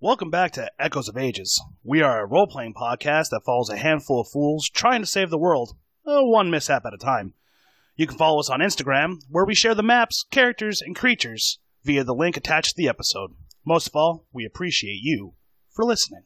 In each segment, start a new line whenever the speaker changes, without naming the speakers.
Welcome back to Echoes of Ages. We are a role playing podcast that follows a handful of fools trying to save the world, uh, one mishap at a time. You can follow us on Instagram, where we share the maps, characters, and creatures via the link attached to the episode. Most of all, we appreciate you for listening.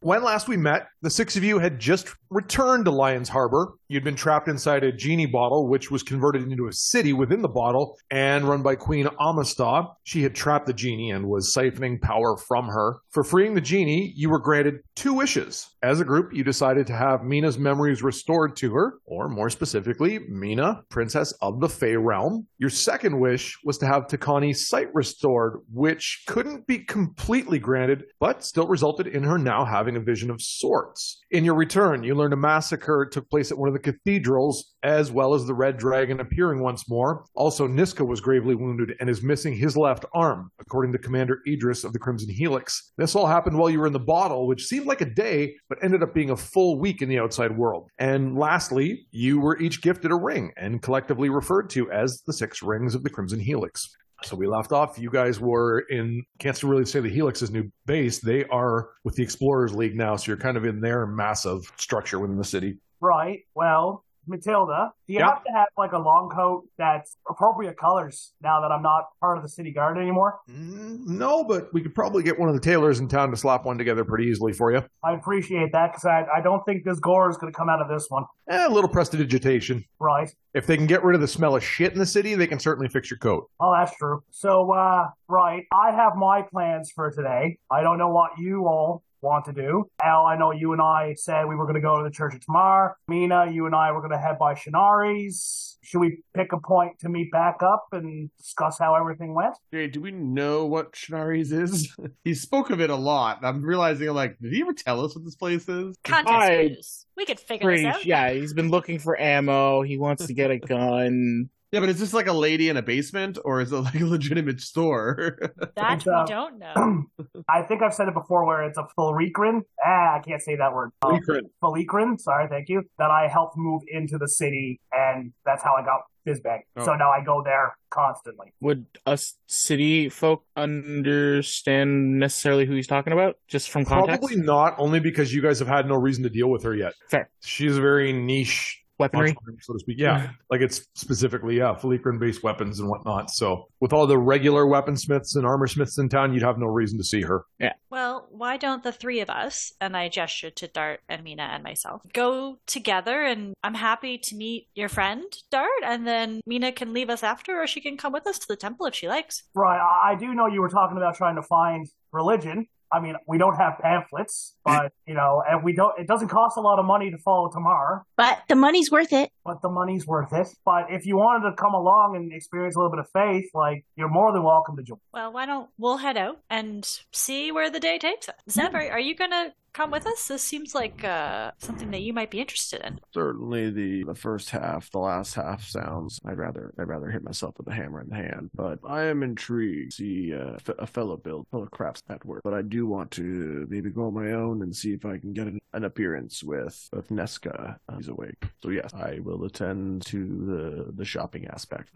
When last we met, the six of you had just returned to Lion's Harbor. You'd been trapped inside a genie bottle, which was converted into a city within the bottle and run by Queen Amistad. She had trapped the genie and was siphoning power from her. For freeing the genie, you were granted two wishes. As a group, you decided to have Mina's memories restored to her, or more specifically, Mina, Princess of the Fey Realm. Your second wish was to have Takani's sight restored, which couldn't be completely granted, but still resulted in her now having a vision of sorts. In your return, you learned a massacre took place at one of the cathedrals, as well as the Red Dragon appearing once more. Also, Niska was gravely wounded and is missing his left arm, according to Commander Idris of the Crimson Helix. This all happened while you were in the bottle, which seemed like a day, but ended up being a full week in the outside world. And lastly, you were each gifted a ring and collectively referred to as the Six Rings of the Crimson Helix. So we left off. You guys were in, can't really say the Helix's new base. They are with the Explorers League now. So you're kind of in their massive structure within the city.
Right. Well, Matilda, do you
Yeah.
have to have like a long coat that's appropriate colors now that I'm not part of the city guard anymore?
Mm, No, but we could probably get one of the tailors in town to slap one together pretty easily for you.
I appreciate that because I, I don't think this gore is going to come out of this one.
Eh, a little prestidigitation.
Right.
If they can get rid of the smell of shit in the city, they can certainly fix your coat.
Oh, that's true. So, uh, right. I have my plans for today. I don't know what you all want to do. Al, I know you and I said we were going to go to the Church of Tamar. Mina, you and I were going to head by Shinari's. Should we pick a point to meet back up and discuss how everything went?
Jay, do we know what Shinari's is? he spoke of it a lot. and I'm realizing, like, did he ever tell us what this place is?
contest
I-
clues. We could figure
Pretty,
this out.
yeah, he's been looking for ammo. He wants to get a gun.
Yeah, but is this like a lady in a basement, or is it like a legitimate store?
That
Uh,
we don't know.
I think I've said it before where it's a Felicrin. Ah, I can't say that word. Um, Felicrin, sorry, thank you. That I helped move into the city, and that's how I got Fizbang. So
Oh.
now I go there constantly.
Would us city folk understand necessarily who he's talking about? Just from context?
Probably not, only because you guys have had no reason to deal with her yet.
Fair.
She's a very niche
Weaponry?
entrepreneur, so to speak. Yeah, like it's specifically yeah, Felicran based weapons and whatnot. So with all the regular weaponsmiths and armor smiths in town, you'd have no reason to see her.
Well, why don't the three of us, and I gestured to Dart and Mina and myself, go together and I'm happy to meet your friend, Dart, and then Mina can leave us after or she can come with us to the temple if she likes.
Right, I, I do know you were talking about trying to find religion. I mean, we don't have pamphlets, but, you know, and we don't, it doesn't cost a lot of money to follow Tamar,
But the money's worth it.
but the money's worth it. But if you wanted to come along and experience a little bit of faith, like, you're more than welcome to join.
Well, why don't we'll head out and see where the day takes us. Xanabari, are you gonna come with us? This seems like uh, something that you might be interested in.
certainly the the first half the last half sounds i'd rather i'd rather hit myself with a hammer in the hand but i am intrigued to see uh, f- a fellow build fellow crafts at work but i do want to maybe go on my own and see if i can get an, an appearance with with nesca uh, he's awake so yes i will attend to the the shopping aspect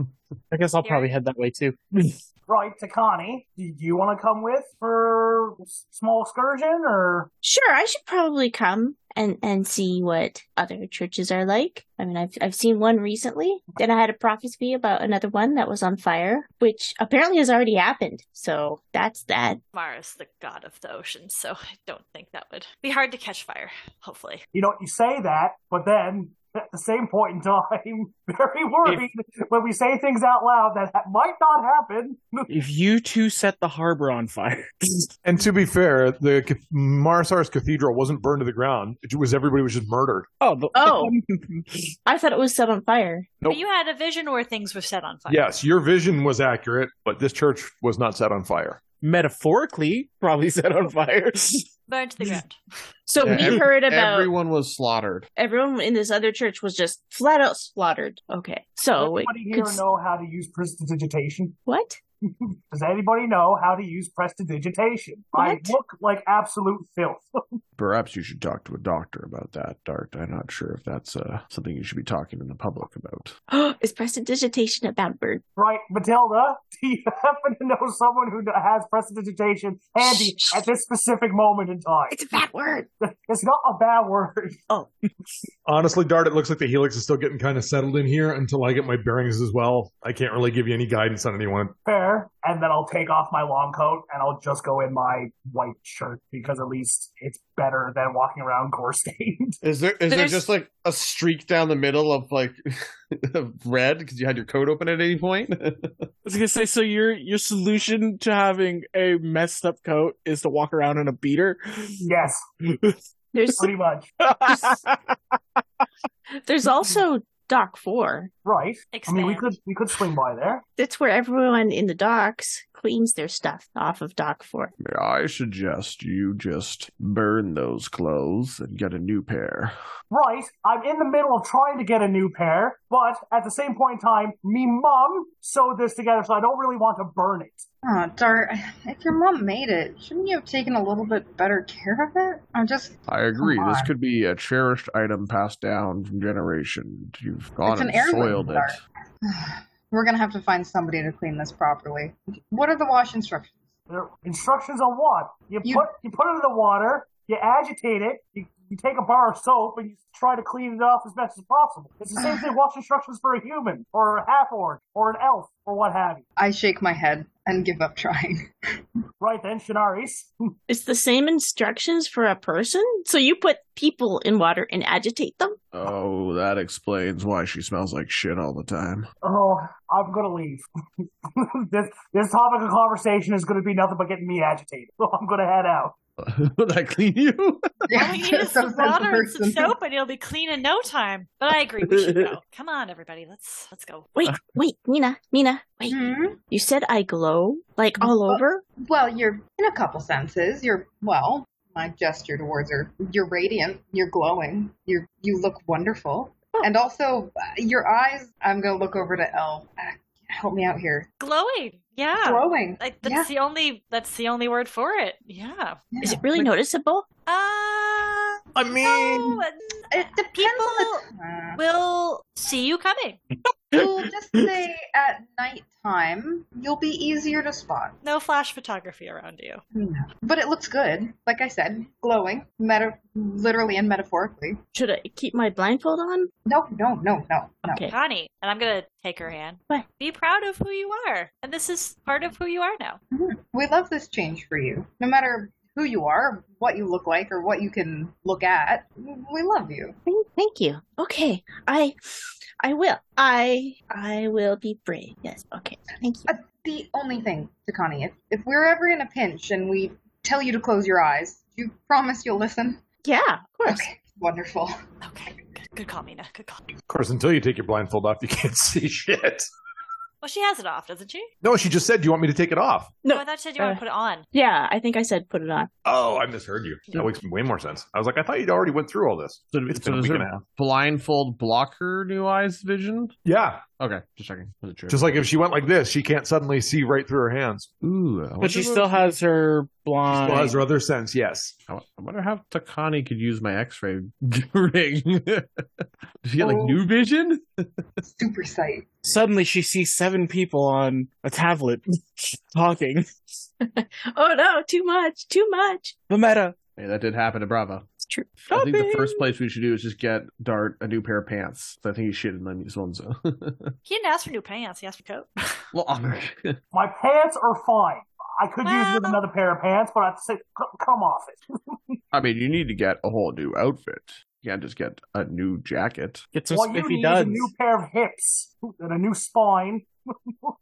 I guess I'll
Yeah.
probably head that way too.
Right, Takani, do you want to come with for s- small excursion or?
Sure, I should probably come and and see what other churches are like. I mean, I've I've seen one recently. Then I had a prophecy about another one that was on fire, which apparently has already happened. So that's that.
Mar is the god of the ocean, so I don't think that would be hard to catch fire, hopefully.
You know, you say that, but then at the same point in time, very worried when we say things out loud that ha- might not happen.
if you two set the harbor on fire,
And to be fair, the ca- Marsar's cathedral wasn't burned to the ground. It was everybody was just murdered.
oh, the,
Oh. I thought it was set on fire.
Nope.
But you had a vision where things were set on fire.
Yes, your vision was accurate, but this church was not set on fire.
metaphorically, probably set on fire.
Burned to the ground.
So
Yeah,
we
ev-
heard about everyone.
Everyone was slaughtered.
in this other church was just flat out slaughtered. Okay, so it
Anybody here
could s-
know how to use prestidigitation?
what?
Does anybody know how to use prestidigitation? I
What?
look like absolute filth.
Perhaps you should talk to a doctor about that, Dart. I'm not sure if that's uh, something you should be talking to the public about.
Is prestidigitation a bad word?
right, Matilda? Do you happen to know someone who has prestidigitation handy at this specific moment in time?
It's a bad word.
It's not a bad word.
Honestly, Dart, it looks like the Helix is still getting kind of settled in here until I get my bearings as well. I can't really give you any guidance on anyone.
Fair. And then I'll take off my long coat and I'll just go in my white shirt because at least it's better than walking around gore stained.
Is there is there
There's-
just like a streak down the middle of like of red because you had your coat open at any point?
was gonna say, so your your solution to having a messed up coat is to walk around in a beater.
yes,
There's
pretty much.
there's also Dock Four.
Right. I
Expand.
mean, we could we could swing by there.
That's where everyone in the docks cleans their stuff off of Dock Four.
May I suggest you just burn those clothes and get a new pair.
Right. I'm in the middle of trying to get a new pair, but at the same point in time, me mom sewed this together, so I don't really want to burn it.
Oh, Dart, if your mom made it, shouldn't you have taken a little bit better care of it? I'm just.
I agree.
Come
This
on.
could be a cherished item passed down from generation. You've gone
It's an
and
heirloom,
soiled it.
Dart. We're gonna have to find somebody to clean this properly. What are the wash instructions?
There are instructions on what? You,
You-
put you put it in the water, you agitate it, you, you take a bar of soap and you try to clean it off as best as possible. It's the same thing watch instructions for a human or a half orc or an elf or what have you.
I shake my head and give up trying.
Right then, Shinaris.
It's the same instructions for a person. So you put people in water and agitate them.
Oh, that explains why she smells like shit all the time.
Oh, I'm gonna leave. this this topic of conversation is gonna be nothing but getting me agitated. So I'm gonna head out.
Would I clean you?
Why don't you use
so
some
says the
water and some
person.
soap and it'll be clean in no time? But I agree, we should go. Come on, everybody, let's let's go.
Uh-huh.
Wait, wait, Mina, Mina, wait.
Hmm?
You said I glow like all
Well-
over.
Well, you're in a couple senses. You're well. My gesture towards her. You're radiant. You're glowing. You you look wonderful. And also, uh, your eyes. I'm gonna look over to Elle. Uh, Help me out here.
Glowing, yeah.
Glowing.
Like that's the only that's the only word for it. Yeah.
yeah.
Is it really noticeable?
Uh
I mean,
no,
It depends on the time.
we'll see you coming.
We'll just say at nighttime, you'll be easier to spot.
No flash photography around you.
But it looks good. Like I said, glowing, meta- literally and metaphorically.
Should I keep my blindfold on?
No, no, no, no, no.
Okay.
Connie, and I'm gonna take her hand.
What?
Be proud of who you are. And this is part of who you are now.
We love this change for you. No matter who you are, what you look like, or what you can look at, we love you.
Thank, thank you. Okay, I, I will. I, I will be brave. Yes. Okay. Thank you.
The only thing, Takani, if, if we're ever in a pinch and we tell you to close your eyes, you promise you'll listen?
Yeah, of course.
Okay, wonderful.
Okay. Good, good call, Mina. Good call.
of course, until you take your blindfold off, you can't see shit.
Well she has it off, doesn't she?
No, she just said, Do you want me to take it off?
No.
Oh, I thought she said you want
Uh.
to put it on.
Yeah, I think I said put it on.
Oh, I misheard you. That makes way more sense. I was like, I thought you'd already went through all this.
So-
it's
so
been a
does it-
week and a half.
Blindfold blocker new eyes vision.
Yeah.
Okay, just checking. Was it true?
Just like if she went like this, she can't suddenly see right through her hands.
Ooh, I wonder
But she
what-
still has her blind.
Well, has her other sense, yes.
I wa- I wonder how Takani could use my X-ray ring. Does she get like
Oh.
new vision?
Super sight.
Suddenly, she sees seven people on a tablet talking.
Oh no, too much, too much.
The meta.
Hey, that did happen to Bravo.
It's true.
I think the
Shopping.
first place we should do is just get Dart a new pair of pants. I think he shit in these ones.
He didn't ask for new pants, he asked for coat.
well, honor.
My pants are fine. I could use with
Well-
another pair of pants, but I have to say, c- come off it.
I mean, you need to get a whole new outfit. You can't just get a new jacket.
Get some
what you
spiffy
need is a
duds.
new pair of hips and a new spine.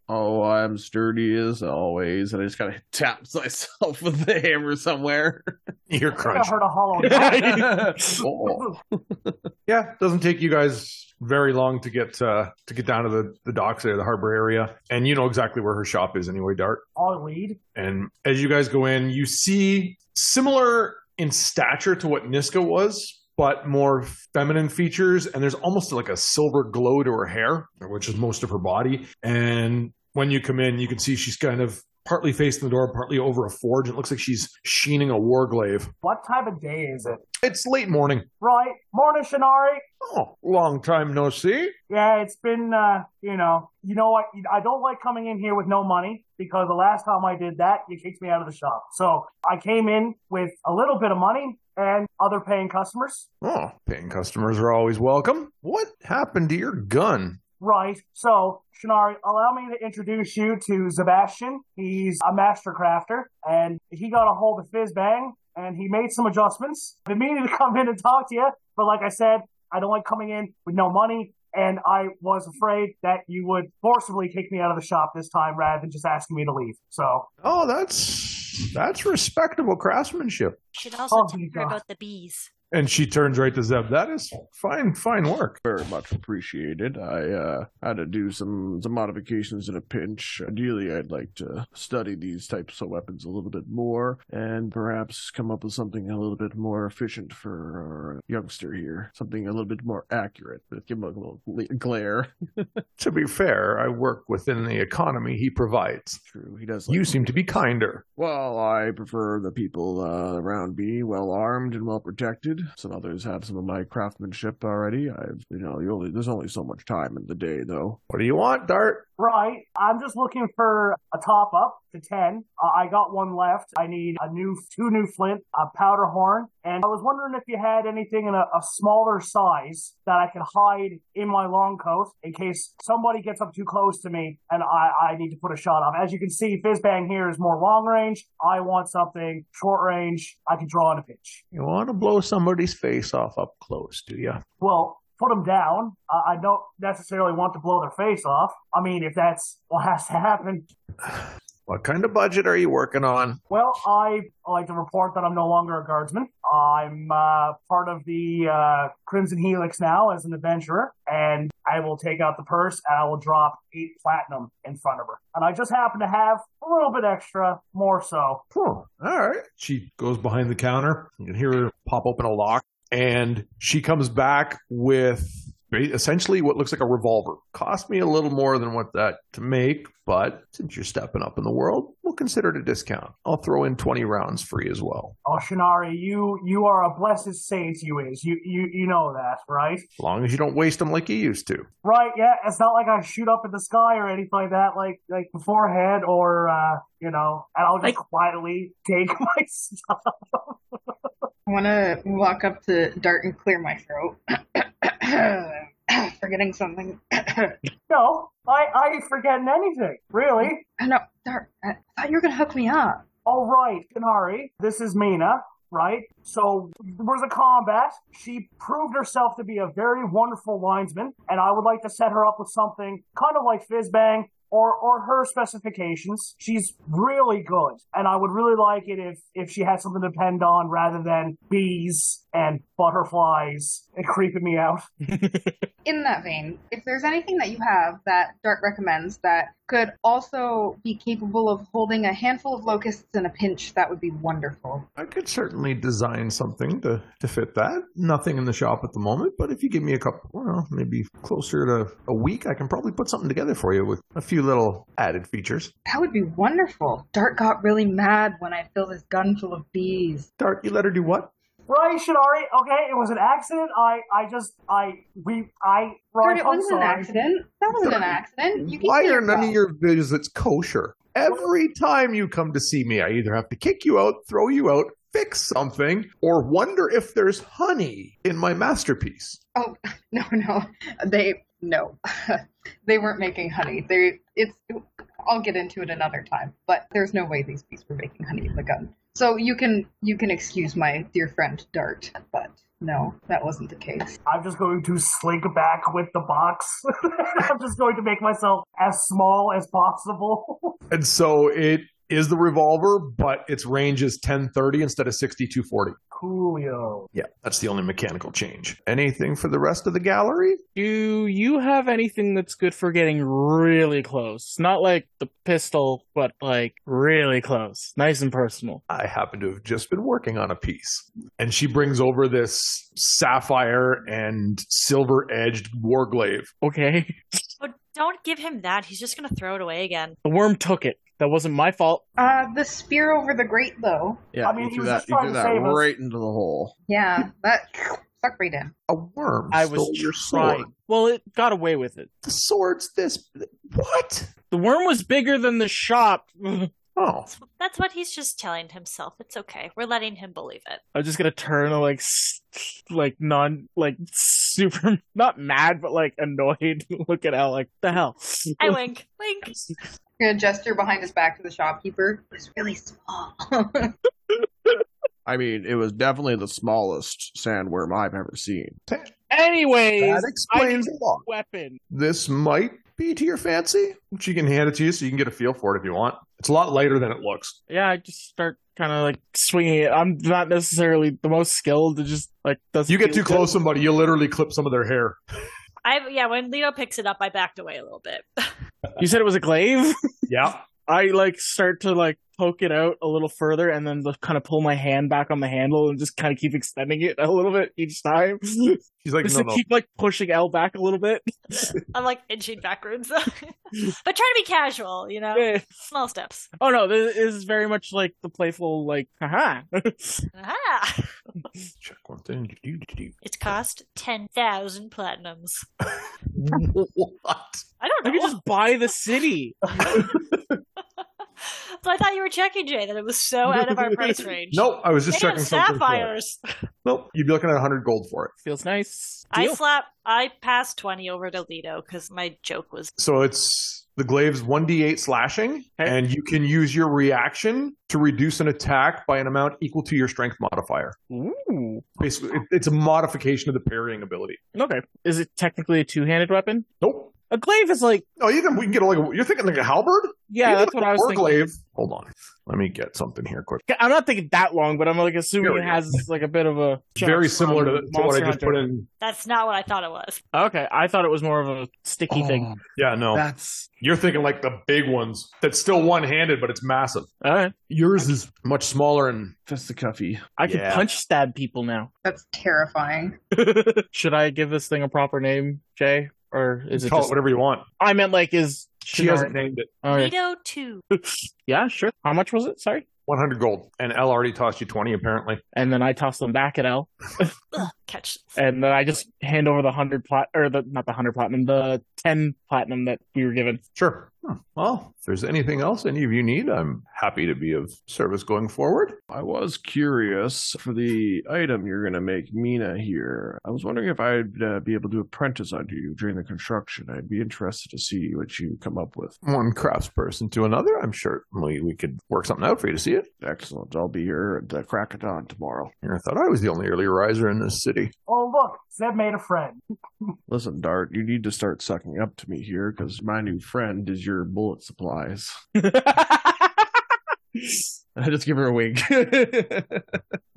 Oh, I'm sturdy as always, and I just gotta tap myself with the hammer somewhere.
You're
I
crunch.
heard a hollow.
oh.
Yeah, doesn't take you guys very long to get uh, to get down to the, the docks there, the harbor area. And you know exactly where her shop is anyway, Dart.
I'll lead.
And as you guys go in, you see similar in stature to what Niska was, but more feminine features. And there's almost like a silver glow to her hair, which is most of her body. And When you come in, you can see she's kind of partly facing the door, partly over a forge. It looks like she's sheening a war glaive.
What time of day is it?
It's late morning.
Right. Morning, Shinari.
Oh, long time no see.
Yeah, it's been, uh, you know, you know what? I don't like coming in here with no money because the last time I did that, you kicked me out of the shop. So I came in with a little bit of money and other paying customers.
Oh, paying customers are always welcome. What happened to your gun?
Right. So, Shinari, allow me to introduce you to Sebastian. He's a master crafter, and he got a hold of Fizzbang, and he made some adjustments. I've been meaning to come in and talk to you, but like I said, I don't like coming in with no money, and I was afraid that you would forcibly kick me out of the shop this time rather than just asking me to leave. So,
Oh, that's that's respectable craftsmanship.
Should also
Oh,
tell
my
her
God.
about the bees.
And she turns right to Zeb. That is fine, fine work.
very much appreciated. I uh, had to do some some modifications in a pinch. Ideally, I'd like to study these types of weapons a little bit more, and perhaps come up with something a little bit more efficient for our youngster here. Something a little bit more accurate. Give him a little gla- glare.
To be fair, I work within the economy he provides.
True, he does. Like
You seem to be kinder.
Well, I prefer the people uh, around me well armed and well protected. Some others have some of my craftsmanship already. I've, you know, you only there's only so much time in the day, though.
What do you want, Dart?
right. I'm just looking for a top up to 10. Uh, I got one left. I need a new, two new flint, a powder horn, and I was wondering if you had anything in a, a smaller size that I could hide in my long coat in case somebody gets up too close to me and I, I need to put a shot off. As you can see, Fizzbang here is more long range. I want something short range. I can draw in a pinch.
You want to blow somebody's face off up close, do you?
Well, put them down. Uh, I I don't necessarily want to blow their face off. I mean, if that's what has to happen.
What kind of budget are you working on?
Well, I like to report that I'm no longer a guardsman. I'm uh, part of the uh, Crimson Helix now as an adventurer, and I will take out the purse and I will drop eight platinum in front of her. And I just happen to have a little bit extra, more so.
Oh, all right. She goes behind the counter. You can hear her pop open a lock, and she comes back with ba- essentially what looks like a revolver. Cost me a little more than what that to make, but since you're stepping up in the world, we'll consider it a discount. I'll throw in 20 rounds free as well.
Oh, Shinari, you you are a blessed saint. You is you you you know that, right?
As long as you don't waste them like you used to.
Right, yeah. It's not like I shoot up in the sky or anything like that, like like beforehand, or uh, you know, and I'll just quietly take my stuff.
I want to walk up to Dart and clear my throat. Forgetting something.
No, I I ain't forgetting anything, really.
I know, Dart, I thought you were going to hook me up.
All right, Kanari, this is Mina, right? So there was a combat. She proved herself to be a very wonderful linesman, and I would like to set her up with something kind of like Fizzbang. Or, or her specifications. She's really good, and I would really like it if, if she had something to depend on rather than bees and butterflies and creeping me out.
In that vein, if there's anything that you have that Dart recommends that could also be capable of holding a handful of locusts in a pinch, that would be wonderful.
I could certainly design something to, to fit that. Nothing in the shop at the moment, but if you give me a couple, well, maybe closer to a week, I can probably put something together for you with a few little added features.
That would be wonderful. Dart got really mad when I filled his gun full of bees.
Dart, you let her do what?
Right, Shinari. Okay, it was an accident. I, I just, I, we, I. Right,
Dart, it
I'm
wasn't
sorry.
an accident. That wasn't an accident. You can
Why
kill
are none
yourself.
of your visits kosher? Every time you come to see me, I either have to kick you out, throw you out, fix something, or wonder if there's honey in my masterpiece.
Oh no, no, they no, they weren't making honey. They it's. I'll get into it another time, but there's no way these bees were making honey in the gun. So you can you can excuse my dear friend Dart, but no, that wasn't the case.
I'm just going to slink back with the box. I'm just going to make myself as small as possible.
And so it is the revolver, but its range is 1030 instead of 6240.
Coolio.
Yeah, that's the only mechanical change. Anything for the rest of the gallery?
Do you have anything that's good for getting really close? Not like the pistol, but like really close. Nice and personal.
I happen to have just been working on a piece. And she brings over this sapphire and silver edged warglaive.
Okay.
Oh, Don't give him that. He's just gonna throw it away again.
The worm took it. That wasn't my fault.
Uh, the spear over the grate, though.
Yeah,
I mean,
you
he
threw
was
that,
just
you
trying
threw
to
that
save us.
right into the hole.
Yeah, that suck right in.
A worm
I was
stole your
Right.
sword.
Well, it got away with it.
The sword's this. What?
The worm was bigger than the shop.
Oh,
That's what he's just telling himself. It's okay. We're letting him believe it.
I'm just gonna turn like, s- like non, like super, not mad, but like annoyed. Look at Al, like the hell.
I wink, wink.
Gonna gesture behind his back to the shopkeeper. It's really small.
I mean, it was definitely the smallest sandworm I've ever seen.
Anyways,
That explains
I
a lot.
weapon.
This might be to your fancy. She can hand it to you so you can get a feel for it if you want. It's a lot lighter than it looks.
Yeah, I just start kind of like swinging it. I'm not necessarily the most skilled. It just like doesn't.
You get
feel
too
good.
close to somebody, you'll literally clip some of their hair.
I yeah. When Leo picks it up, I backed away a little bit.
You said it was a glaive.
Yeah.
I like start to like poke it out a little further, and then kind of pull my hand back on the handle and just kind of keep extending it a little bit each time. just
She's like, no,
to
no.
keep like pushing L back a little bit.
I'm like inching backwards, but try to be casual. You know,
Yeah.
small steps.
Oh no, this is very much like the playful, like, haha.
Aha!
Check one thing.
It cost ten thousand platinums.
what?
I don't
I could
know.
just buy the city.
so I thought you were checking, Jay, that it was so Oh, out of our price range.
No, I was
They
just
got
checking something. for it.
sapphires.
Nope, you'd be looking at 100 gold for it.
Feels nice.
I
Deal.
slap. I passed twenty over to Lido because my joke was
So it's the glaive's 1d8 slashing,
Okay.
and you can use your reaction to reduce an attack by an amount equal to your strength modifier.
Ooh.
Basically, it- it's a modification of the parrying ability.
Okay. Is it technically a two-handed weapon?
Nope.
A glaive is like,
Oh, you can. We can get like a, you're thinking like a halberd.
yeah,
You can
that's
get
what I was
or
thinking.
glaive. Hold on, let me get something here quick.
Okay, I'm not thinking that long, but I'm like assuming
Here
it
we
has like a bit of a
Very similar to, to what I
Monster
just put
Hunter.
in.
That's not what I thought it was.
Okay, I thought it was more of a sticky
Oh.
thing.
Yeah, no,
Oh, That's
you're thinking like the big ones. That's still one-handed, but it's massive.
All right,
Yours is much smaller and
that's the cuffy.
I could
Yeah.
punch stab people now.
That's terrifying.
Should I give this thing a proper name, Jay, or is it
call
just?
it whatever you want.
I meant like is
She hasn't named it.
Okay.
Lido two.
Yeah, sure. How much was it? Sorry.
100 gold, and L already tossed you 20 apparently.
and then I toss them back at L,
Ugh, catch.
and then I just hand over the hundred plat or the not the hundred platinum, the ten platinum that we were given.
Sure. Hmm. Well, if there's anything else any of you need, I'm happy to be of service going forward.
I was curious for the item you're going to make Mina here. I was wondering if I'd uh, be able to apprentice under you during the construction. I'd be interested to see what you come up with.
One craftsperson to another, I'm sure we, we could work something out for you to see it.
Excellent. I'll be here at the crack of dawn tomorrow.
I thought I was the only early riser in this city.
Oh, look, Zeb made a friend.
Listen, Dart, you need to start sucking up to me here because my new friend is your bullet supplies. I just give her a wink.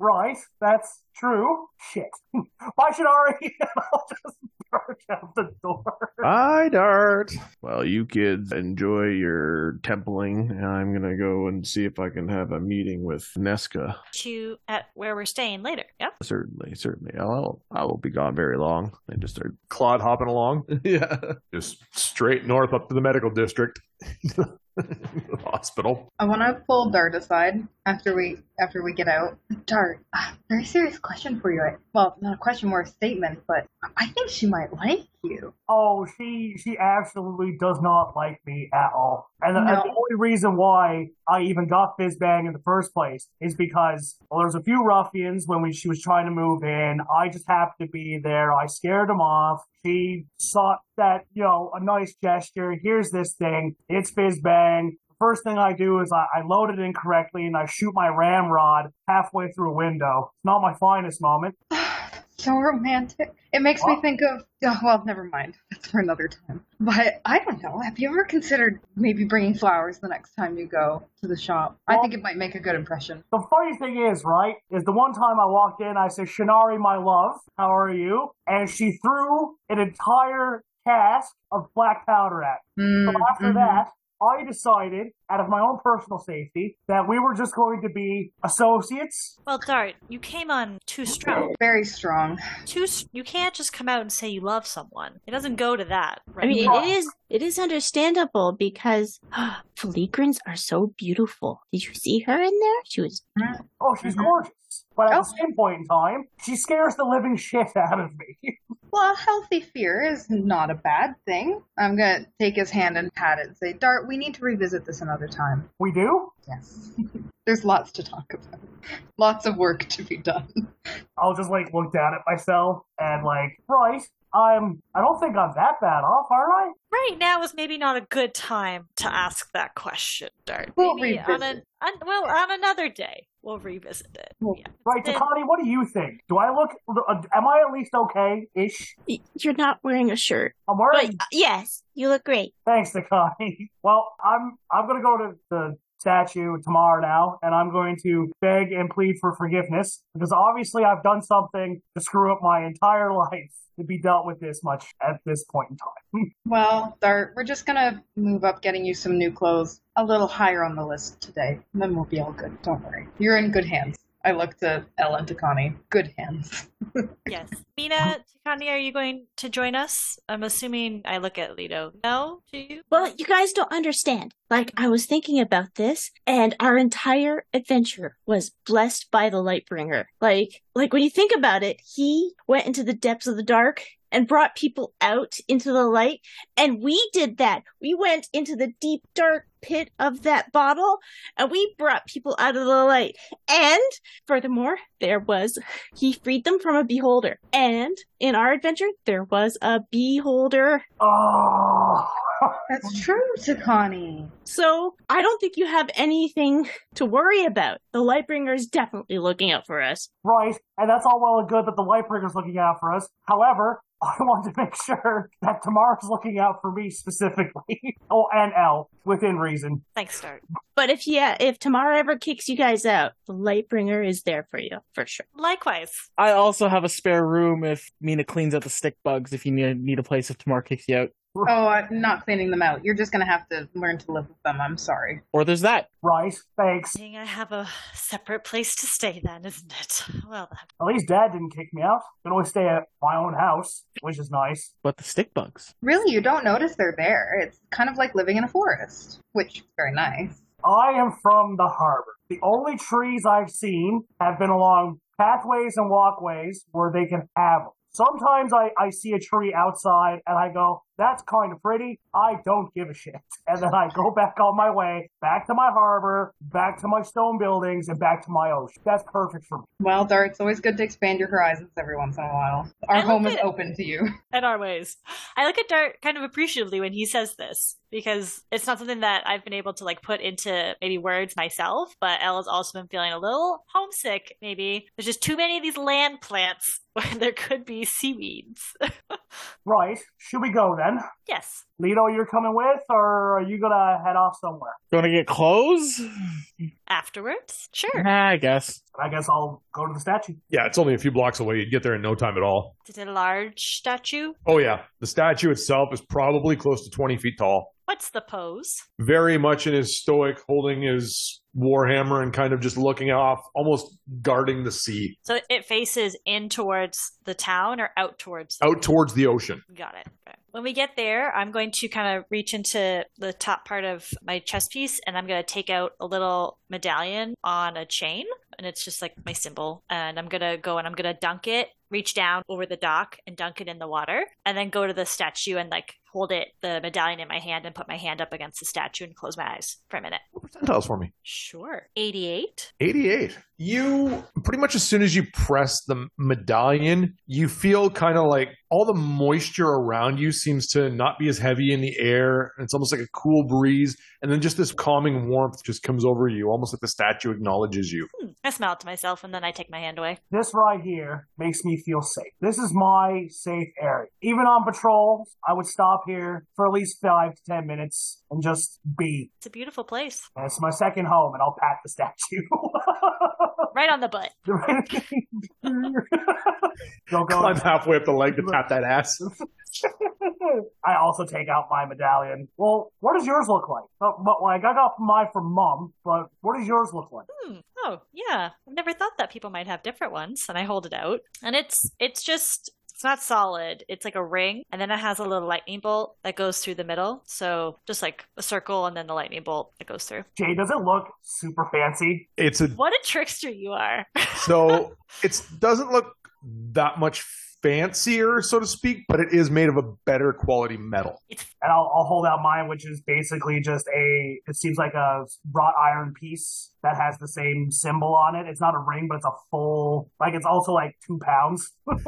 Right, that's true. Shit. By Shinari, I'll just barge out the door.
Hi, Dart.
well, you kids enjoy your templing. and I'm going to go and see if I can have a meeting with Nesca.
to at where we're staying later. Yep.
Certainly, certainly. I'll, I won't be gone very long. I just start.
Claude hopping along,
yeah.
just straight north up to the medical district. Hospital.
I want to pull Dart aside after we after we get out. Dart, uh, very serious question for you. I- Well, not a question, more a statement. But I think she might like you.
Oh, she she absolutely does not like me at all. And the, and
No.
the only reason why I even got Fizzbang in the first place is because well, there was a few ruffians when we, she was trying to move in. I just happened to be there. I scared them off. She sought that, you know, a nice gesture. Here's this thing. It's Fizzbang. First thing I do is I, I load it incorrectly and I shoot my ramrod halfway through a window. It's not my finest moment.
so romantic. It makes me
What?
think of. Oh, well, never mind. That's for another time. But I don't know. Have you ever considered maybe bringing flowers the next time you go to the shop? I
Well-
think it might make a good impression.
The funny thing is, right, is the one time I walked in, I said, Shinari, my love, how are you? And she threw an entire cask of black powder at me.
Mm,
So after
mhm.
that, I decided, out of my own personal safety, that we were just going to be associates.
Well, Dart, you came on too strong.
Very strong.
Too. s- You can't just come out and say you love someone. It doesn't go to that. Right?
I mean, it is it is understandable because filigrans are so beautiful. Did you see her in there? She was
Oh, she's
Mhm.
gorgeous. But at
Oh.
the same point in time, she scares the living shit out of me.
Well, healthy fear is not a bad thing. I'm gonna take his hand and pat it and say, Dart, we need to revisit this another time.
we do?
Yes. There's lots to talk about. Lots of work to be done.
I'll just like look down at myself and like, right, I'm I don't think I'm that bad off, aren't I?
right now is maybe not a good time to ask that question, Dart.
We'll
maybe on an
revisit.
on, well on another day we'll revisit it.
Well,
Yeah.
Right,
Then-
Takani, what do you think? Do I look am I at least okay ish?
you're not wearing a shirt.
I'm
But uh,
wearing
yes, you look great.
Thanks, Takani. Well, I'm I'm gonna go to the statue tomorrow now, and I'm going to beg and plead for forgiveness because obviously I've done something to screw up my entire life to be dealt with this much at this point in time.
Well, Dart, we're just gonna move up getting you some new clothes a little higher on the list today. Then we'll be all good. Don't worry. You're in good hands. I look to Ella and to Connie. Good hands.
Yes. Mina, Takani, are you going to join us? I'm assuming I look at Lido. No? Do you?
Well, you guys don't understand. Like I was thinking about this, and our entire adventure was blessed by the Lightbringer. Like, like when you think about it, he went into the depths of the dark and brought people out into the light, and we did that. We went into the deep dark pit of that bottle, and we brought people out of the light. And furthermore, there was he freed them from a beholder, and in our adventure, there was a beholder.
oh,
That's true to Connie.
So I don't think you have anything to worry about. The Lightbringer is definitely looking out for us.
right, and that's all well and good that the Lightbringer's looking out for us. However, I want to make sure that Tamar's looking out for me specifically. oh, and L, within reason.
Thanks, Dart.
But if yeah, if Tamara ever kicks you guys out, the Lightbringer is there for you for sure.
Likewise.
I also have a spare room if Mina cleans out the stick bugs if you need, need a place if Tamar kicks you out.
Oh, I'm not cleaning them out. You're just gonna have to learn to live with them. I'm sorry.
Or there's that.
Right, thanks.
Seeing I have a separate place to stay then, isn't it? Well, then.
At least Dad didn't kick me out. I can always stay at my own house, which is nice.
But the stick bugs.
Really, you don't notice they're there. It's kind of like living in a forest, which is very nice.
I am from the harbor. The only trees I've seen have been along pathways and walkways where they can have them. Sometimes I, I see a tree outside and I go, that's kind of pretty. I don't give a shit. And then I go back on my way, back to my harbor, back to my stone buildings, and back to my ocean. That's perfect for me.
Well, Dart, it's always good to expand your horizons every once in a while. Our
I like
home is
it.
open to you.
in our ways. I look at Dart kind of appreciatively when he says this because it's not something that I've been able to like put into maybe words myself. But Ella's also been feeling a little homesick. Maybe there's just too many of these land plants where there could be seaweeds.
Right, should we go then?
yes.
Lido, you're coming with, or are you gonna head off somewhere?
Gonna get clothes?
Afterwards, sure.
Nah, I guess.
I guess I'll go to the statue.
Yeah, it's only a few blocks away. You'd get there in no time at all.
Is it a large statue?
Oh, yeah. The statue itself is probably close to 20 feet tall.
What's the pose?
Very much in his stoic, holding his warhammer and kind of just looking off, almost guarding the sea
So it faces in towards the town or out towards the
out towards the ocean.
Got it. Okay. When we get there, I'm going to kind of reach into the top part of my chest piece and I'm going to take out a little medallion on a chain. And it's just like my symbol. And I'm going to go and I'm going to dunk it, reach down over the dock and dunk it in the water. And then go to the statue and like hold it, the medallion in my hand and put my hand up against the statue and close my eyes for a minute.
What percentiles for me?
Sure. 88.
88. You pretty much as soon as you press the medallion, you feel kind of like all the moisture around you seems to not be as heavy in the air. And it's almost like a cool breeze. And then just this calming warmth just comes over you, almost like the statue acknowledges you.
Hmm. I smile to myself and then I take my hand away.
This right here makes me feel safe. This is my safe area. Even on patrol, I would stop here for at least five to ten minutes and just be.
It's a beautiful place.
And it's my second home, and I'll pat the statue.
Right on the butt.
Don't go.
Climb halfway up the leg to pat that ass.
I also take out my medallion. Well, what does yours look like? Uh, but like, I got mine from mom, but what does yours look like?
Hmm. Oh, yeah. I've never thought that people might have different ones, and I hold it out, and it's it's just it's not solid. It's like a ring, and then it has a little lightning bolt that goes through the middle. So just like a circle, and then the lightning bolt that goes through.
Jay, does it look super fancy?
It's a
What a trickster you are!
so it doesn't look that much fancier, so to speak, but it is made of a better quality metal.
And I'll, I'll hold out mine, which is basically just a, it seems like a wrought iron piece that has the same symbol on it. It's not a ring, but it's a full, like, it's also like two pounds.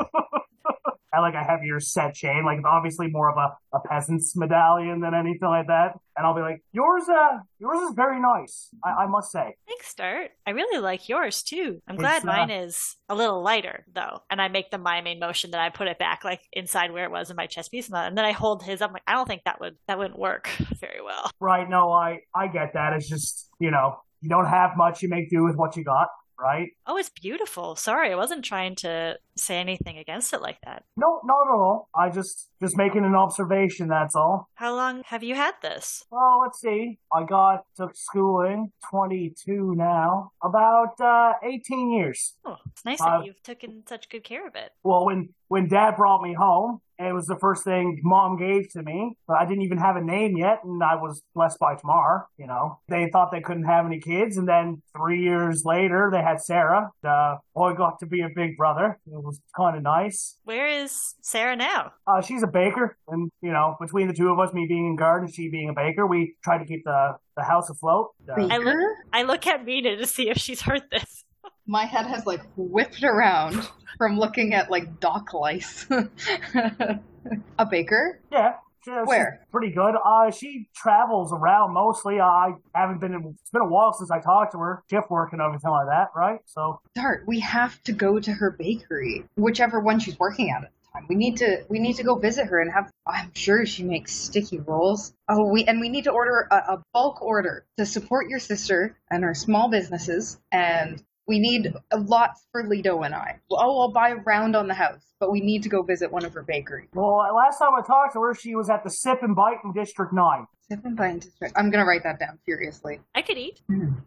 And like a heavier set chain, like it's obviously more of a, a peasant's medallion than anything like that. And I'll be like, yours, uh, yours is very nice, I, I must say.
Thanks, Dart. I really like yours too. I'm
It's,
glad
uh,
mine is a little lighter though, and I make the miming motion that I put it back like inside where it was in my chest piece, and that- and then I hold his up. Like I don't think that would that wouldn't work very well.
Right? No, I, I get that. It's just, you know, you don't have much, you make do with what you got, right?
Oh, it's beautiful. Sorry, I wasn't trying to say anything against it like that.
No, not at all. I just, just making an observation, that's all.
How long have you had this?
Well, let's see. I got took schooling, 22 now, about uh, 18 years.
Oh, it's nice
Uh,
that you've taken such good care of it.
Well, when when Dad brought me home, it was the first thing Mom gave to me. But I didn't even have a name yet, and I was blessed by Tamar. You know, they thought they couldn't have any kids, and then three years later, they had Sarah. The boy got to be a big brother. It was kind of nice.
Where is Sarah now?
Uh, she's a baker, and you know, between the two of us, me being in garden, she being a baker, we try to keep the the house afloat. Uh,
Baker?
I I look at Mina to see if she's heard this.
My head has like whipped around from looking at like dock lice. a baker?
Yeah. She, she's
Where?
Pretty good. Uh, she travels around mostly. Uh, I haven't been. In, it's been a while since I talked to her. Shift work and everything like that, right? So
Dart, we have to go to her bakery, whichever one she's working at at the time. We need to we need to go visit her and have. I'm sure she makes sticky rolls. Oh, we and we need to order a, a bulk order to support your sister and her small businesses, and we need lots for Lido and I. Oh, I'll buy a round on the house, but we need to go visit one of her bakeries.
well, last time I talked to her, she was at the Sip and Bite in District Nine.
Seven by district. I'm gonna write that down furiously.
I could eat.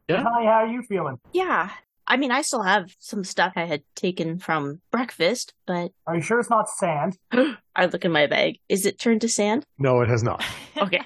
Yeah.
Tell me how are you feeling?
Yeah. I mean, I still have some stuff I had taken from breakfast, but
Are you sure it's not sand?
I look in my bag. Is it turned to sand?
No, it has not.
Okay.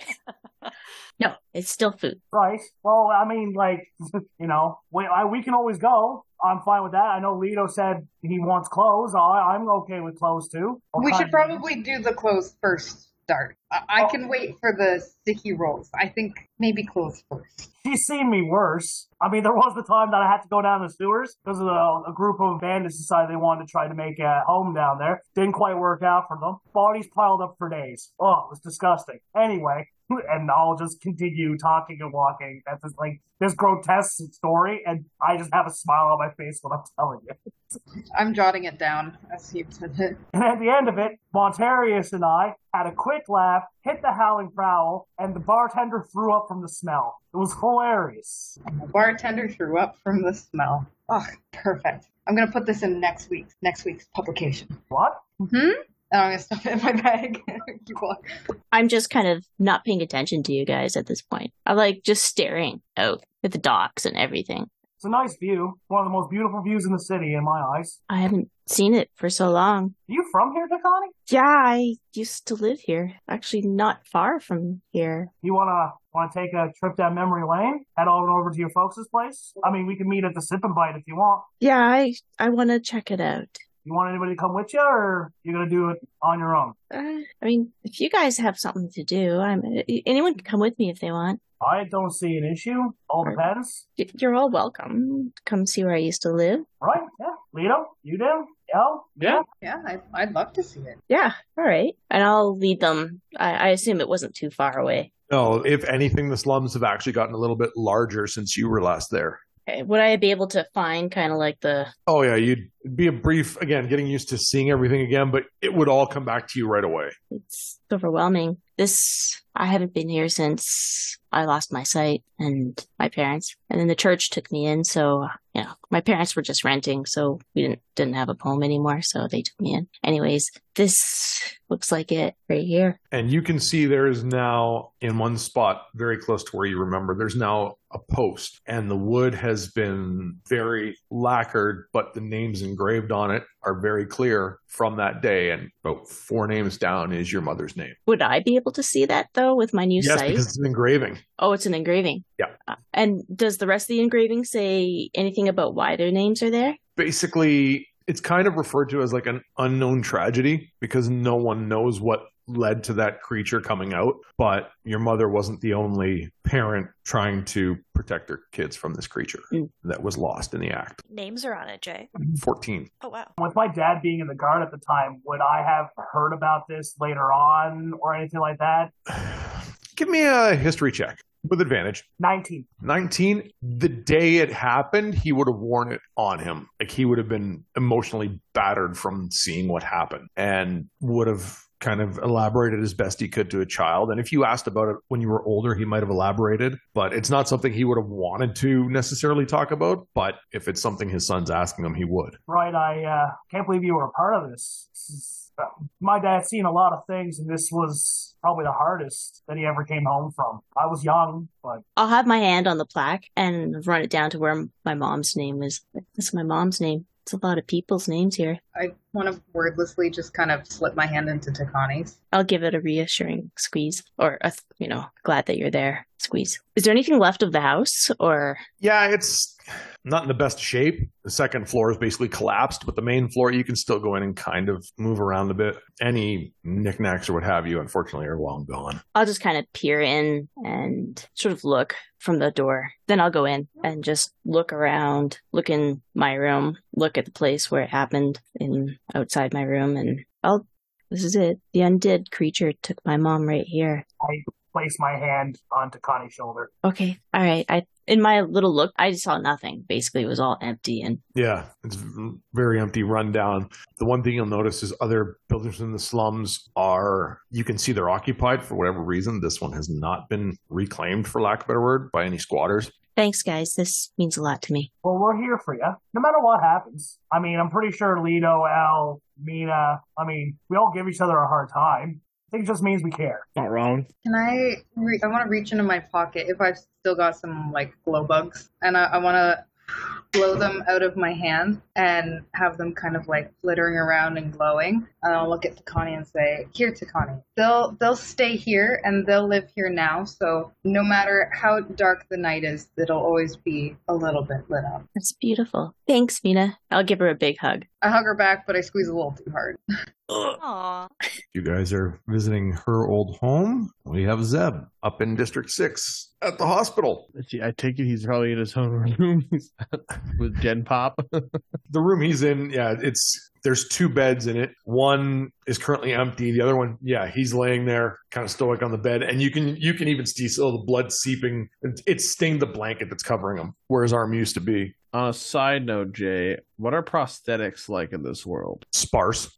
no, it's still food.
Right. Well, I mean, like, you know, we I, we can always go. I'm fine with that. I know Lito said he wants clothes. I, I'm okay with clothes too. What
We
kind
should
of-
probably do the clothes first, Dart. I, I can wait for the sticky rolls. I think maybe clothes first.
She's seen me worse. I mean, there was the time that I had to go down the sewers because of a, a group of bandits decided they wanted to try to make a home down there. Didn't quite work out for them. Bodies piled up for days. Oh, it was disgusting. Anyway, and I'll just continue talking and walking. That's just like this grotesque story, and I just have a smile on my face when I'm telling you.
I'm jotting it down as you said it.
And at the end of it, Montarius and I had a quick laugh, hit the howling prowl, and the bartender threw up from the smell. It was hilarious.
The bartender threw up from the smell. Ugh, perfect. I'm gonna put this in next week's next week's publication.
What?
Mm-hmm. And I'm gonna stuff it in my bag. Keep walking.
I'm just kind of not paying attention to you guys at this point. I'm like just staring out at the docks and everything.
It's a nice view. One of the most beautiful views in the city, in my eyes.
I haven't seen it for so long.
Are you from here, Dakani?
Yeah, I used to live here. Actually, not far from here.
You wanna wanna take a trip down memory lane? Head on over to your folks' place. I mean, we can meet at the Sip and Bite if you want.
Yeah, I I want to check it out.
You want anybody to come with you, or you gonna do it on your own?
Uh, I mean, if you guys have something to do, I'm anyone can come with me if they want.
I don't see an issue. All
Right.
depends,
Y- You're all welcome. Come see where I used to live.
right? Yeah. Lito, you do? El?
Yeah.
Yeah, I, I'd love to see it.
Yeah, all right. And I'll lead them. I, I assume it wasn't too far away.
No, if anything, the slums have actually gotten a little bit larger since you were last there.
Okay. Eh, Would I be able to find kind of like the?
Oh yeah, you'd it'd be a brief again, getting used to seeing everything again, but it would all come back to you right away.
It's overwhelming. This I haven't been here since I lost my sight and my parents, and then the church took me in. So you know, my parents were just renting, so we didn't didn't have a home anymore. So they took me in. Anyways, this Looks like it right here.
And you can see there is now, in one spot, very close to where you remember, there's now a post. And the wood has been very lacquered, but the names engraved on it are very clear from that day. And about four names down is your mother's name.
Would I be able to see that though with my new
yes,
sight?
because it's an engraving.
Oh, it's an engraving.
Yeah.
Uh, and does the rest of the engraving say anything about why their names are there?
basically it's kind of referred to as like an unknown tragedy because no one knows what led to that creature coming out but your mother wasn't the only parent trying to protect their kids from this creature
Mm.
that was lost in the act
Names are on it, Jay.
14
Oh, wow.
With my dad being in the guard at the time, would I have heard about this later on or anything like that?
give me a history check with advantage
19.
19 the day it happened he would have worn it on him like he would have been emotionally battered from seeing what happened and would have kind of elaborated as best he could to a child and if you asked about it when you were older he might have elaborated but it's not something he would have wanted to necessarily talk about but if it's something his son's asking him he would
Right, I uh, can't believe you were a part of this. This is- uh, My dad's seen a lot of things, and this was probably the hardest that he ever came home from. I was young, but
I'll have my hand on the plaque and run it down to where m- my mom's name is. That's my mom's name. It's a lot of people's names here.
I want to wordlessly just kind of slip my hand into Takani's.
I'll give it a reassuring squeeze or a, th- you know, glad that you're there squeeze. Is there anything left of the house or
yeah it's not in the best shape the second floor is basically collapsed but the main floor you can still go in and kind of move around a bit any knickknacks or what have you unfortunately are long gone
I'll just kind of peer in and sort of look from the door. Then I'll go in and just look around, look in my room, look at the place where it happened in outside my room and I'll this is it. The undead creature took my mom right here.
placed my hand on Takani's shoulder.
Okay. All right. I in my little look, I saw nothing. Basically, it was all empty and
Yeah, it's v- very empty, rundown. The one thing you'll notice is other buildings in the slums are, you can see they're occupied for whatever reason. This one has not been reclaimed, for lack of a better word, by any squatters.
thanks guys. This means a lot to me.
Well, we're here for you, no matter what happens. I mean, I'm pretty sure Lito, Al, Mina, I mean, we all give each other a hard time. I think it just means we care.
Not wrong.
Can I? Re- I want to reach into my pocket if I've still got some like glow bugs, and I, I want to blow them out of my hand and have them kind of like flittering around and glowing. And I'll look at Takani and say, "Here, Takani. They'll they'll stay here and they'll live here now. So no matter how dark the night is, it'll always be a little bit lit up."
That's beautiful. Thanks, Mina. I'll give her a big hug.
I hug her back, but I squeeze a little too hard.
Aw.
You guys are visiting her old home. We have Zeb up in District 6 at the hospital.
Gee, I take it he's probably in his own room with Gen Pop.
The room he's in, yeah, it's. There's two beds in it. One is currently empty. The other one, yeah, he's laying there, kind of stoic on the bed, and you can you can even see still the blood seeping. It's- It's stained the blanket that's covering him, where his arm used to be.
On a side note, Jay, what are prosthetics like in this world?
Sparse.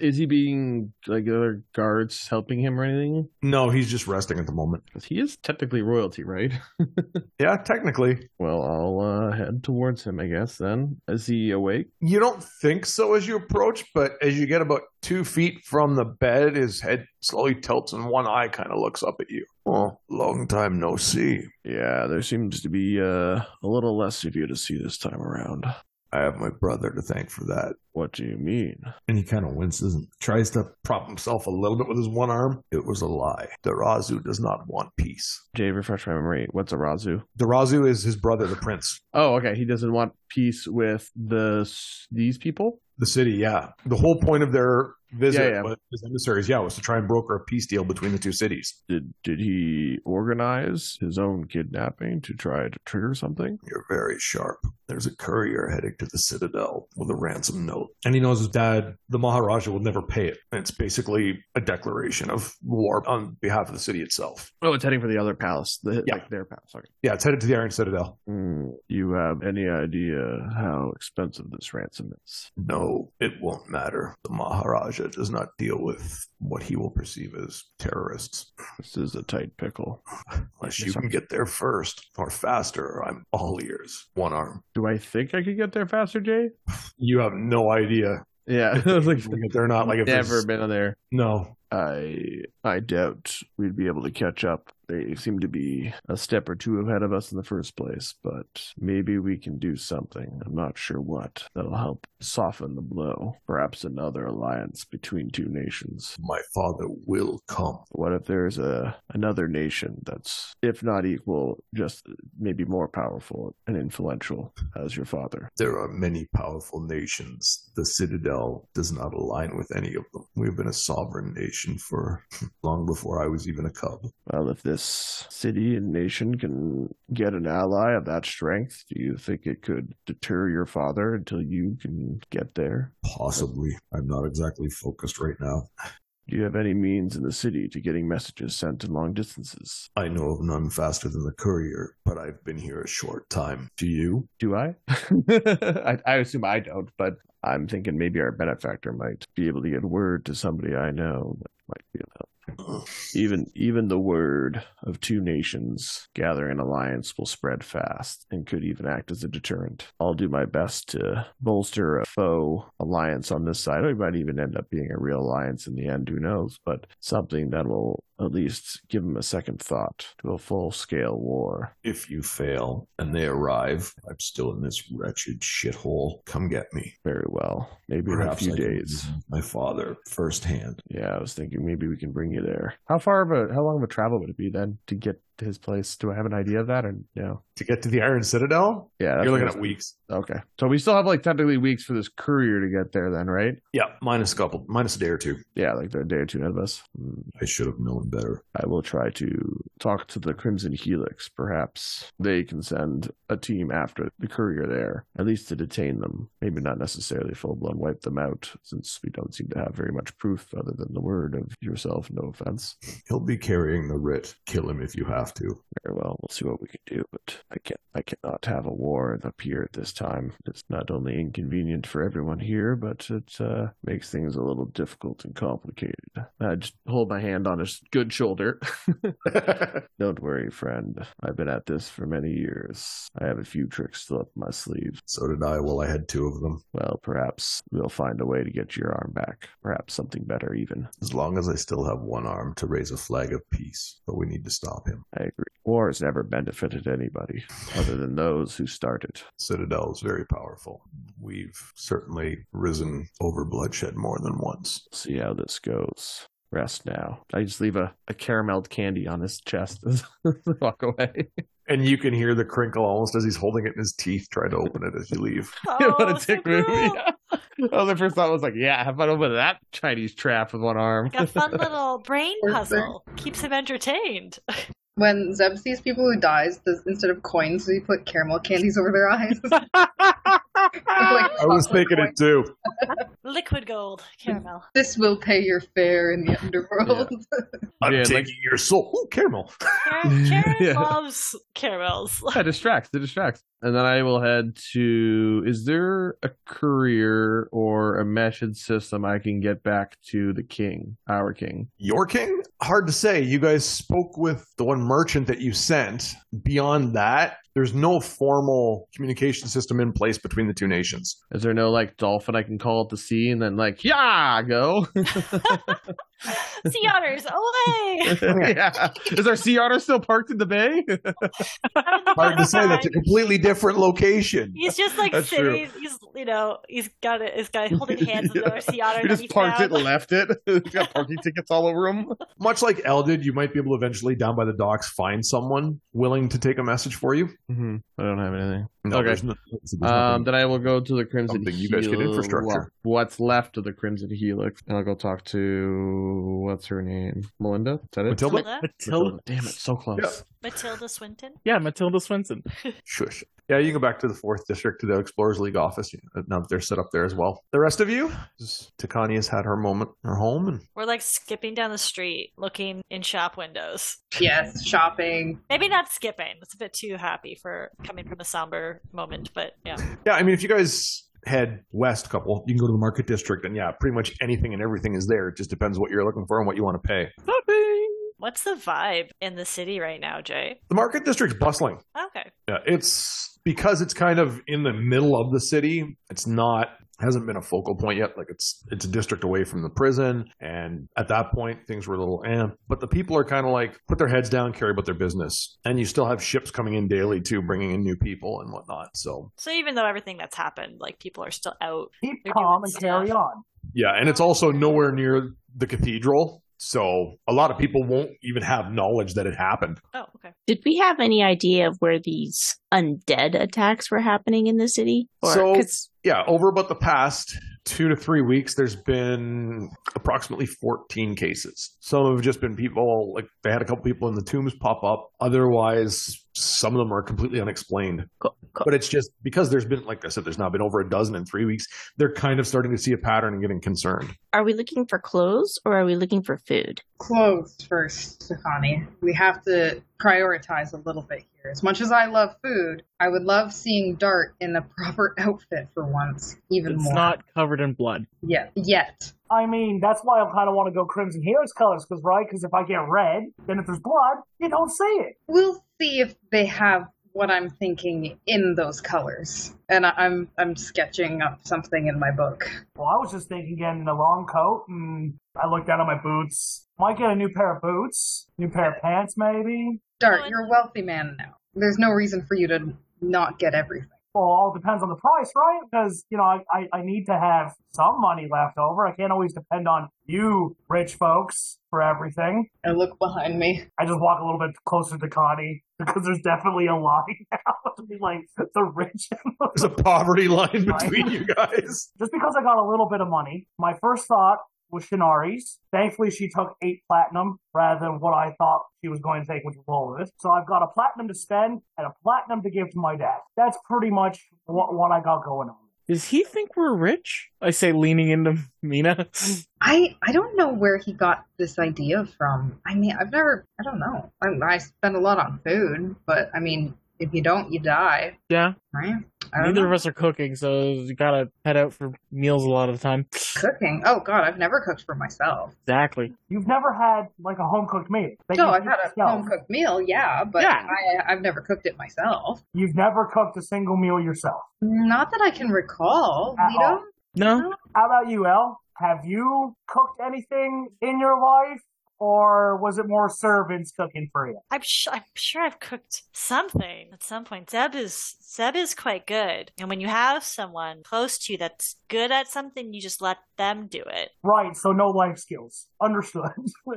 Is he being like the other guards helping him or anything?
No, he's just resting at the moment.
Because he is technically royalty, right?
Yeah, technically.
Well, I'll uh, head towards him, I guess. Then is he awake?
You don't think so as you approach, but as you get about two feet from the bed, his head slowly tilts and one eye kind of looks up at you. Oh, long time no see.
Yeah, there seems to be uh, a little less of you to see this time around.
I have my brother to thank for that.
What do you mean?
And he kind of winces and tries to prop himself a little bit with his one arm. It was a lie. Darazu does not want peace.
Jay, refresh my memory. What's a Razu?
Darazu is his brother, the prince.
Oh, okay. He doesn't want peace with the s- these people.
The city, yeah. The whole point of their visit,
Yeah, yeah.
Was, his emissaries, yeah, was to try and broker a peace deal between the two cities.
Did did he organize his own kidnapping to try to trigger something?
You're very sharp. There's a courier heading to the Citadel with a ransom note. And he knows his dad, the Maharaja, will never pay it. And it's basically a declaration of war on behalf of the city itself.
Oh, it's heading for the other palace. The,
Yeah.
like their palace. Okay.
Yeah, it's headed to the Iron Citadel.
Hmm, you have any idea how expensive this ransom is?
No, it won't matter. The Maharaja does not deal with what he will perceive as terrorists.
This is a tight pickle.
Unless
Yes,
you
sir.
can get there first or faster, I'm all ears. One arm.
Do I think I could get there faster, Jay?
You have no idea.
Yeah, I was like,
They're not like if
never
it's-
been there.
No,
I I doubt we'd be able to catch up. They seem to be a step or two ahead of us in the first place, but maybe we can do something. I'm not sure what. That'll help soften the blow. Perhaps another alliance between two nations.
my father will come.
What if there's a another nation that's, if not equal, just maybe more powerful and influential as your father?
There are many powerful nations. The Citadel does not align with any of them. We've been a sovereign nation for long before I was even a cub.
Well, if this city and nation can get an ally of that strength, do you think it could deter your father until you can get there?
Possibly. I'm not exactly focused right now.
Do you have any means in the city to getting messages sent in long distances?
I know of none faster than the courier, but I've been here a short time. Do you?
Do I? I, I assume I don't, but I'm thinking maybe our benefactor might be able to get word to somebody I know that might be of help. Even even the word of two nations gathering alliance will spread fast and could even act as a deterrent. I'll do my best to bolster a foe alliance on this side. It might even end up being a real alliance in the end, who knows? But something that will at least give them a second thought to a full scale war.
If you fail and they arrive, I'm still in this wretched shithole. Come get me.
Very well. Maybe in a few
I can
days.
meet My father firsthand.
Yeah, I was thinking maybe we can bring you there. How far of a how long of a travel would it be then to get to his place? Do I have an idea of that or no?
To get to the Iron Citadel?
Yeah, that's
You're looking
what
at weeks.
I was- Okay, so we still have like technically weeks for this courier to get there, then, right?
Yeah, minus a couple, minus a day or two.
Yeah, like the day or two ahead of us. Mm,
I should have known better.
I will try to talk to the Crimson Helix. Perhaps they can send a team after the courier there, at least to detain them. Maybe not necessarily full blown wipe them out, since we don't seem to have very much proof other than the word of yourself. No offense.
He'll be carrying the writ. Kill him if you have to.
Very well, we'll see what we can do, but I can I cannot have a war up here at this time. It's not only inconvenient for everyone here, but it uh, makes things a little difficult and complicated. I just hold my hand on his good shoulder. Don't worry, friend. I've been at this for many years. I have a few tricks still up my sleeve.
So did I while I had two of them.
Well, perhaps we'll find a way to get your arm back. Perhaps something better, even.
As long as I still have one arm to raise a flag of peace. But we need to stop him.
I agree. War has never benefited anybody other than those who start it.
Citadel is very powerful. We've certainly risen over bloodshed more than once.
see how this goes. Rest now. I just leave a, a carameled candy on his chest as I walk away.
And you can hear the crinkle almost as he's holding it in his teeth, trying to open it as you leave.
Oh,
what a
so
dick move.
cool.
that was the first thought. I was like, yeah, have fun with that Chinese trap with one arm.
Like a fun little brain
Or
puzzle. Keeps him entertained.
When Zeb sees people who dies, does instead of coins, we put caramel candies over their eyes.
I was thinking it too.
Liquid gold caramel.
This will pay your fare in the underworld.
I'm
Yeah, like-
taking your soul. Ooh, caramel.
Karen, Karen
Yeah.
loves caramels.
Yeah, it distracts. It distracts. And then I will head to. Is there a courier or a message system I can get back to the king, our king?
Your king? Hard to say. You guys spoke with the one merchant that you sent. Beyond that, there's no formal communication system in place between the two nations.
Is there no like dolphin I can call up the sea and then like, yeah, go?
sea otters away!
yeah. Is our sea otter still parked in the bay?
Hard to say. That's a completely different location.
He's just like
That's
sitting.
true.
He's, he's, you know, he's got it. He's got holding hands with
Yeah.
another sea otter.
We
that
just
he
parked it
found.
and left it. It's got parking tickets all over him.
Much like El did, you might be able to eventually, down by the docks, find someone willing to take a message for you.
Mm-hmm. I don't have anything.
No,
Okay.
there's no- there's nothing.
Um, then I will go to the Crimson
Mm-hmm. Something
Helix.
you guys get infrastructure.
What's left of the Crimson Helix. And I'll go talk to, what's her name? Melinda? Is that it?
Matilda?
Matilda,
Matilda. Damn it, so close.
Yeah.
Matilda Swinton.
Yeah, Matilda Swinson.
Shush. Yeah, you can go back to the fourth district to the Explorers League office uh, now that they're set up there as well. The rest of you, Takani has had her moment, her home, and
We're like skipping down the street, looking in shop windows.
yes, shopping.
Maybe not skipping. It's a bit too happy for coming from a somber moment, but yeah.
yeah, I mean, if you guys head west a couple, you can go to the market district, and yeah, pretty much anything and everything is there. It just depends what you're looking for and what you want to pay.
What's the vibe in the city right now, Jay?
The market district's bustling.
Okay.
Yeah, it's because it's kind of in the middle of the city. It's not hasn't been a focal point yet. Like it's it's a district away from the prison, and at that point things were a little eh. But the people are kind of like put their heads down, carry about their business, and you still have ships coming in daily too, bringing in new people and whatnot. So
So even though everything that's happened, like people are still out.
Keep
They're
calm
doing
and
stuff.
carry on.
yeah, and it's also nowhere near the cathedral, so a lot of people won't even have knowledge that it happened.
Oh, okay.
Did we have any idea of where these undead attacks were happening in the city? Or,
So-
'cause-
Yeah, over about the past two to three weeks, there's been approximately 14 cases. Some have just been people, like they had a couple people in the tombs pop up. Otherwise, some of them are completely unexplained.
Cool, cool.
But it's just because there's been, like I said, there's now been over a dozen in three weeks. They're kind of starting to see a pattern and getting concerned.
are we looking for clothes or are we looking for food?
clothes first, Stefani. We have to prioritize a little bit here. As much as I love food, I would love seeing Dart in a proper outfit for once, even
It's
more.
not covered in blood.
yet. Yet.
I mean, that's why I kind of want to go Crimson Heroes colors, because right, because if I get red, then if there's blood, you don't see it.
We'll see if they have what I'm thinking in those colors. And I, I'm I'm sketching up something in my book.
Well, I was just thinking getting a long coat, and I looked down at my boots. Might get a new pair of boots, new pair of pants, maybe.
Dart,
Oh, I-
you're a wealthy man now. There's no reason for you to not get everything.
Well, all depends on the price, right? Because you know, I, I I need to have some money left over. I can't always depend on you, rich folks, for everything.
And look behind me.
I just walk a little bit closer to Connie because there's definitely a line now to be like the rich. and the-
There's a poverty line between you guys.
just because I got a little bit of money, my first thought was Shinari's. Thankfully, she took eight platinum rather than what I thought she was going to take, which was all of it. So I've got a platinum to spend and a platinum to give to my dad. That's pretty much what, what I got going on.
Does he think we're rich? I say, leaning into Mina.
I I don't know where he got this idea from. I mean, I've never. I don't know. I, I spend a lot on food, but I mean, if you don't, you die,
yeah,
right? I don't
neither
know.
of us are cooking, so you gotta head out for meals a lot of the time.
cooking. Oh God, I've never cooked for myself.
Exactly.
You've never had like a home cooked meal. that
No,
you
I've
cook
had a
yourself.
home cooked meal, yeah, but
Yeah.
I I've never cooked it myself.
You've never cooked a single meal yourself.
Not that I can recall.
At
Vito?
all.
No,
How about you, El? Have you cooked anything in your life, or was it more servants cooking for you?
I'm, sh- I'm sure I've cooked something at some point. Zeb is Zeb is quite good, and when you have someone close to you that's good at something, you just let them do it.
Right, so no life skills. Understood.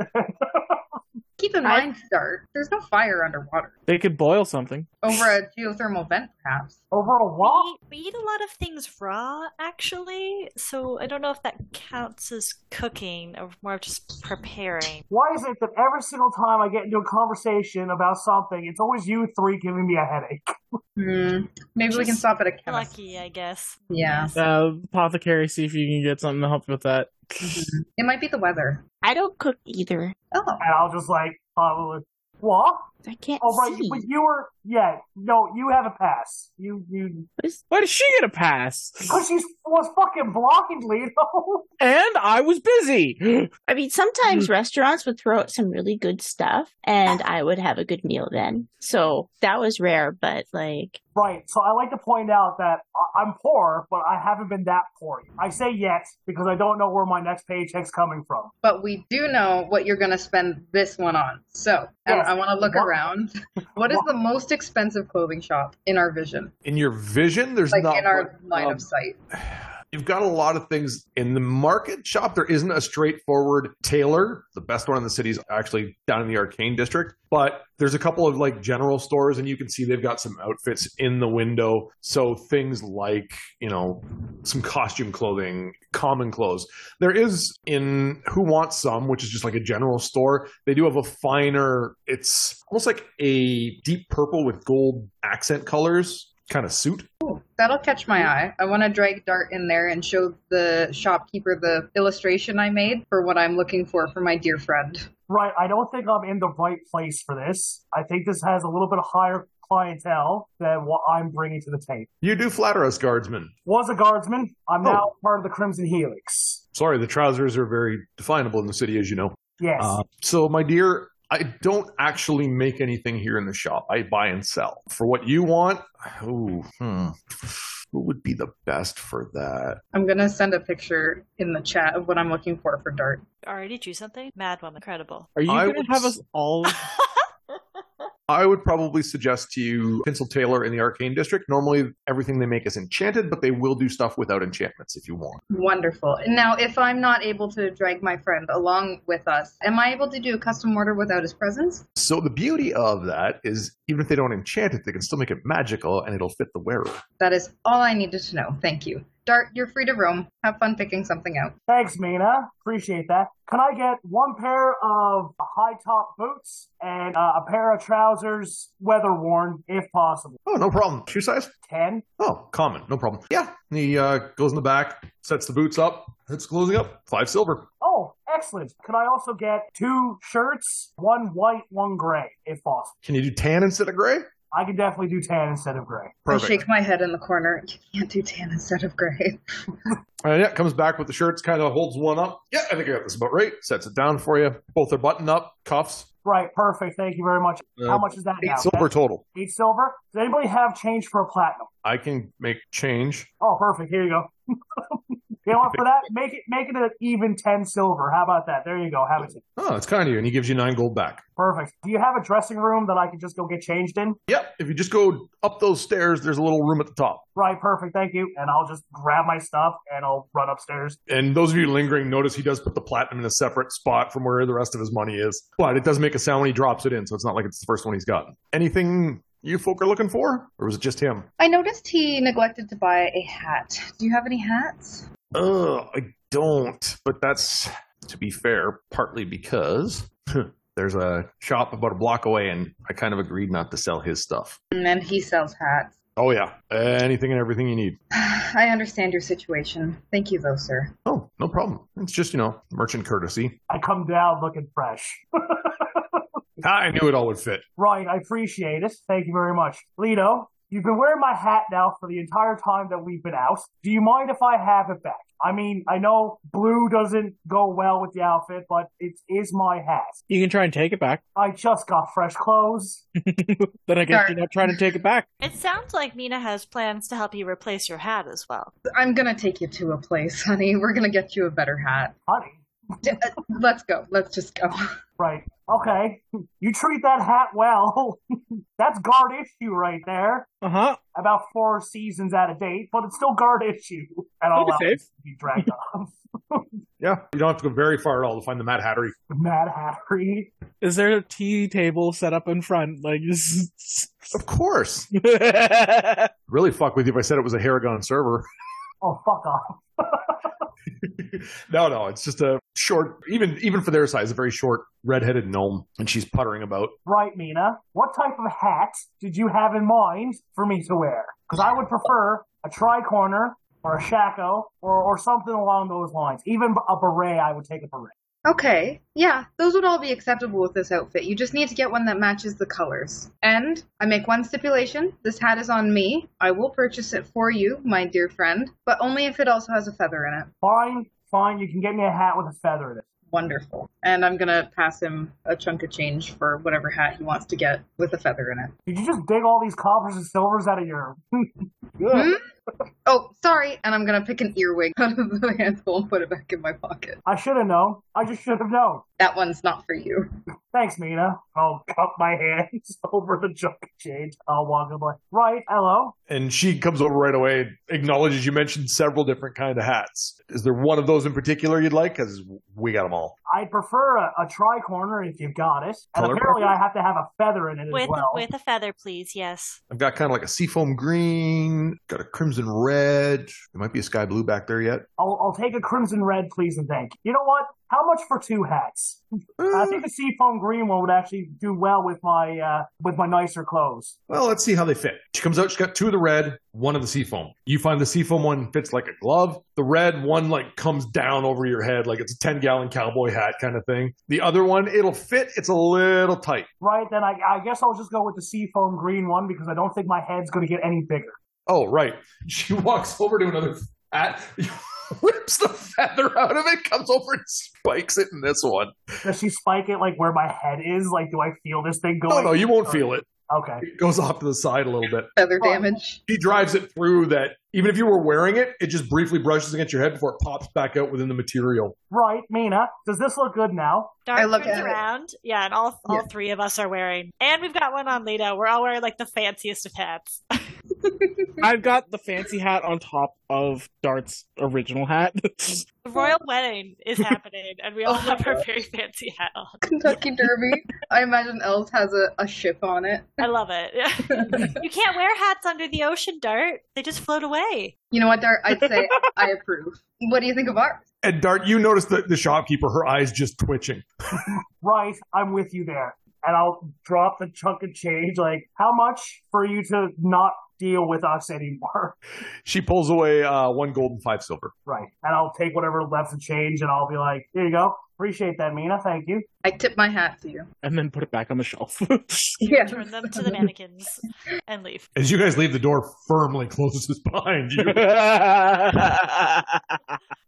Keep in
I-
mind, Dart, there's no fire underwater.
they could boil something.
Over a geothermal vent, perhaps.
Over a
We
wall?
eat, we eat a lot of things raw, actually, so I don't know if that counts as cooking or more of just preparing.
Why is it that every single time I get into a conversation about something, it's always you three giving me a headache?
Hmm. Maybe we can
Just
stop at a chemist.
Lucky, I guess.
Yeah.
Uh, apothecary, see if you can get something to help with that.
It might be the weather.
I don't cook either.
Oh,
And I'll just like, probably, what?
I can't
Oh, right,
see.
but you were, yeah, no, you have a pass. You, you,
Why does she get a pass?
because she was fucking blocking Lito.
And I was busy.
I mean, sometimes
Hmm.
restaurants would throw out some really good stuff, and I would have a good meal then. So that was rare, but like,
Right. So I like to point out that I- I'm poor, but I haven't been that poor. yet. I say yet because I don't know where my next paycheck's coming from.
but we do know what you're going to spend this one on. So I-
Yes.
I, want to look
What-
around. What is
what-
the most expensive clothing shop in our vision?
In your vision, there's
Like
not
in our
much,
line
um,
of sight.
You've got a lot of things in the market shop. There isn't a straightforward tailor. The best one in the city is actually down in the arcane district, but there's a couple of like general stores, and you can see they've got some outfits in the window. So things like, you know, some costume clothing, common clothes. There is in Who Wants Some, which is just like a general store. They do have a finer, it's almost like a deep purple with gold accent colors kind of suit.
Ooh, that'll catch my eye. I want to drag Dart in there and show the shopkeeper the illustration I made for what I'm looking for for my dear friend.
Right. I don't think I'm in the right place for this. I think this has a little bit higher clientele than what I'm bringing to the table.
You do flatter us, guardsmen.
Was a guardsman. I'm now part of the Crimson Helix.
Sorry, the trousers are very definable in the city, as you know.
Yes.
Uh, so, my dear, I don't actually make anything here in the shop. I buy and sell. For what you want, ooh, hmm. What would be the best for that?
I'm gonna send a picture in the chat of what I'm looking for for Dart.
Already do something? Mad woman. Incredible.
Are you
I
going
would
to have
s-
us all?
I would probably suggest to you Pencil Taylor in the Arcane District. Normally, everything they make is enchanted, but they will do stuff without enchantments if you want.
Wonderful. Now, if I'm not able to drag my friend along with us, am I able to do a custom order without his presence?
So the beauty of that is, even if they don't enchant it, they can still make it magical and it'll fit the wearer.
That is all I needed to know. Thank you. Dart, you're free to roam. Have fun picking something out.
Thanks, Mina. Appreciate that. Can I get one pair of high top boots and uh, a pair of trousers, weather worn, if possible?
Oh, no problem. Shoe size?
Ten.
Oh, common. No problem. Yeah. He uh, goes in the back, sets the boots up. It's closing up. Five silver.
Oh, excellent. Can I also get two shirts, one white, one gray, if possible?
Can you do tan instead of gray?
I can definitely do tan instead of gray.
I shake my head in the corner. You can't do tan instead of gray.
And yeah, comes back with the shirts, kind of holds one up. Yeah, I think I got this about right. Sets it down for you. Both are buttoned up, cuffs.
Right, perfect. Thank you very much.
Uh,
How much is that
Eight
now?
silver total.
Eight silver? Does anybody have change for a platinum?
I can make change.
Oh, perfect. Here you go. you know what? For that, make it make it an even ten silver. How about that? There you go. Have it.
Oh, it's kind of you. And he gives you nine gold back.
Perfect. Do you have a dressing room that I can just go get changed in?
Yep. If you just go up those stairs, there's a little room at the top.
Right. Perfect. Thank you. And I'll just grab my stuff and I'll run upstairs.
And those of you lingering, notice he does put the platinum in a separate spot from where the rest of his money is. But it does make a sound when he drops it in, so it's not like it's the first one he's gotten. Anything you folk are looking for? Or was it just him?
I noticed he neglected to buy a hat. Do you have any hats?
Ugh, I don't. But that's, to be fair, partly because there's a shop about a block away, and I kind of agreed not to sell his stuff.
And then he sells hats.
Oh, yeah. Anything and everything you need.
I understand your situation. Thank you, though, sir.
Oh, no problem. It's just, you know, merchant courtesy.
I come down looking fresh.
I knew it all would fit.
right. I appreciate it. Thank you very much, Lido. You've been wearing my hat now for the entire time that we've been out. Do you mind if I have it back? I mean, I know blue doesn't go well with the outfit, but it is my hat.
You can try and take it back.
I just got fresh clothes.
Then I guess
Darn.
you're not trying to take it back.
It sounds like Mina has plans to help you replace your hat as well.
I'm gonna take you to a place, honey. We're gonna get you a better hat.
Honey.
D- uh, Let's go. Let's just go.
Right. Okay. You treat that hat well. That's guard issue right there.
Uh huh.
About four seasons out of date, but it's still guard issue. And I'll
That'd be
allow
safe.
it to be dragged off.
Yeah. You don't have to go very far at all to find the Mad Hattery.
Mad Hattery.
Is there a tea table set up in front? Like, just...
Of course. Really fuck with you if I said it was a Haragon server.
Oh, fuck off.
No, no, it's just a short, even even for their size, a very short redheaded gnome, and she's puttering about.
Right, Mina. What type of hat did you have in mind for me to wear? Because I would prefer a tricorner or a shako or, or something along those lines. Even a beret, I would take a beret.
Okay. Yeah, those would all be acceptable with this outfit. You just need to get one that matches the colors. And I make one stipulation. This hat is on me. I will purchase it for you, my dear friend, but only if it also has a feather in it.
Fine, fine. You can get me a hat with a feather in it.
Wonderful. And I'm gonna pass him a chunk of change for whatever hat he wants to get with a feather in it.
Did you just dig all these coppers and silvers out of your?
Hmm? Oh, sorry. And I'm gonna pick an earwig out of the handful and put it back in my pocket.
I should have known. I just should have known.
That one's not for you.
Thanks, Mina. I'll cup my hands over the junk change. I'll walk away. Right, hello.
And she comes over right away, and acknowledges you mentioned several different kind of hats. Is there one of those in particular you'd like? Because we got them all.
I'd prefer a, a tricorner if you've got it. And
Color
apparently, I have to have a feather in it as
With
well.
with a feather, please. Yes.
I've got kind of like a seafoam green, got a crimson red. There might be a sky blue back there yet.
I'll, I'll take a crimson red, please, and thank you. You know what? How much for two hats? I think a seafoam green one would actually do well with my uh, with my nicer clothes.
Well, let's see how they fit. She comes out, she's got two of the red, one of the seafoam. You find the seafoam one fits like a glove. The red one like comes down over your head like it's a 10 gallon cowboy hat kind of thing. The other one, it'll fit, it's a little tight.
Right, then I, I guess I'll just go with the seafoam green one because I don't think my head's going to get any bigger.
Oh, right. She walks over to another hat, rips the feather out of it, comes over and spikes it in this one.
Does she spike it like where my head is? Like, do I feel this thing
No,
going?
no, you won't feel it.
Okay.
It goes off to the side a little bit.
Feather damage.
He drives it through that. Even if you were wearing it, it just briefly brushes against your head before it pops back out within the material.
Right, Mina. Does this look good now?
Dark
I look
turns
at it.
around. Yeah, and all all three of us are wearing, and we've got one on Lita. We're all wearing like the fanciest of hats.
I've got the fancy hat on top of Dart's original hat.
The royal wedding is happening, and we all have our very fancy hat on.
Kentucky Derby. I imagine Elves has a, a ship on it.
I love it. you can't wear hats under the ocean, Dart. They just float away.
You know what, Dart? I'd say I approve. What do you think of ours?
And Dart, you notice the, the shopkeeper, her eyes just twitching.
Right, I'm with you there. And I'll drop the chunk of change. Like, how much for you to not deal with us anymore?
She pulls away uh, one gold and five silver.
Right. And I'll take whatever left of change and I'll be like, here you go. Appreciate that, Mina. Thank you.
I tip my hat to you.
and then put it back on the shelf.
Yeah.
Turn them to the mannequins and leave.
As you guys leave, the door firmly closes behind you.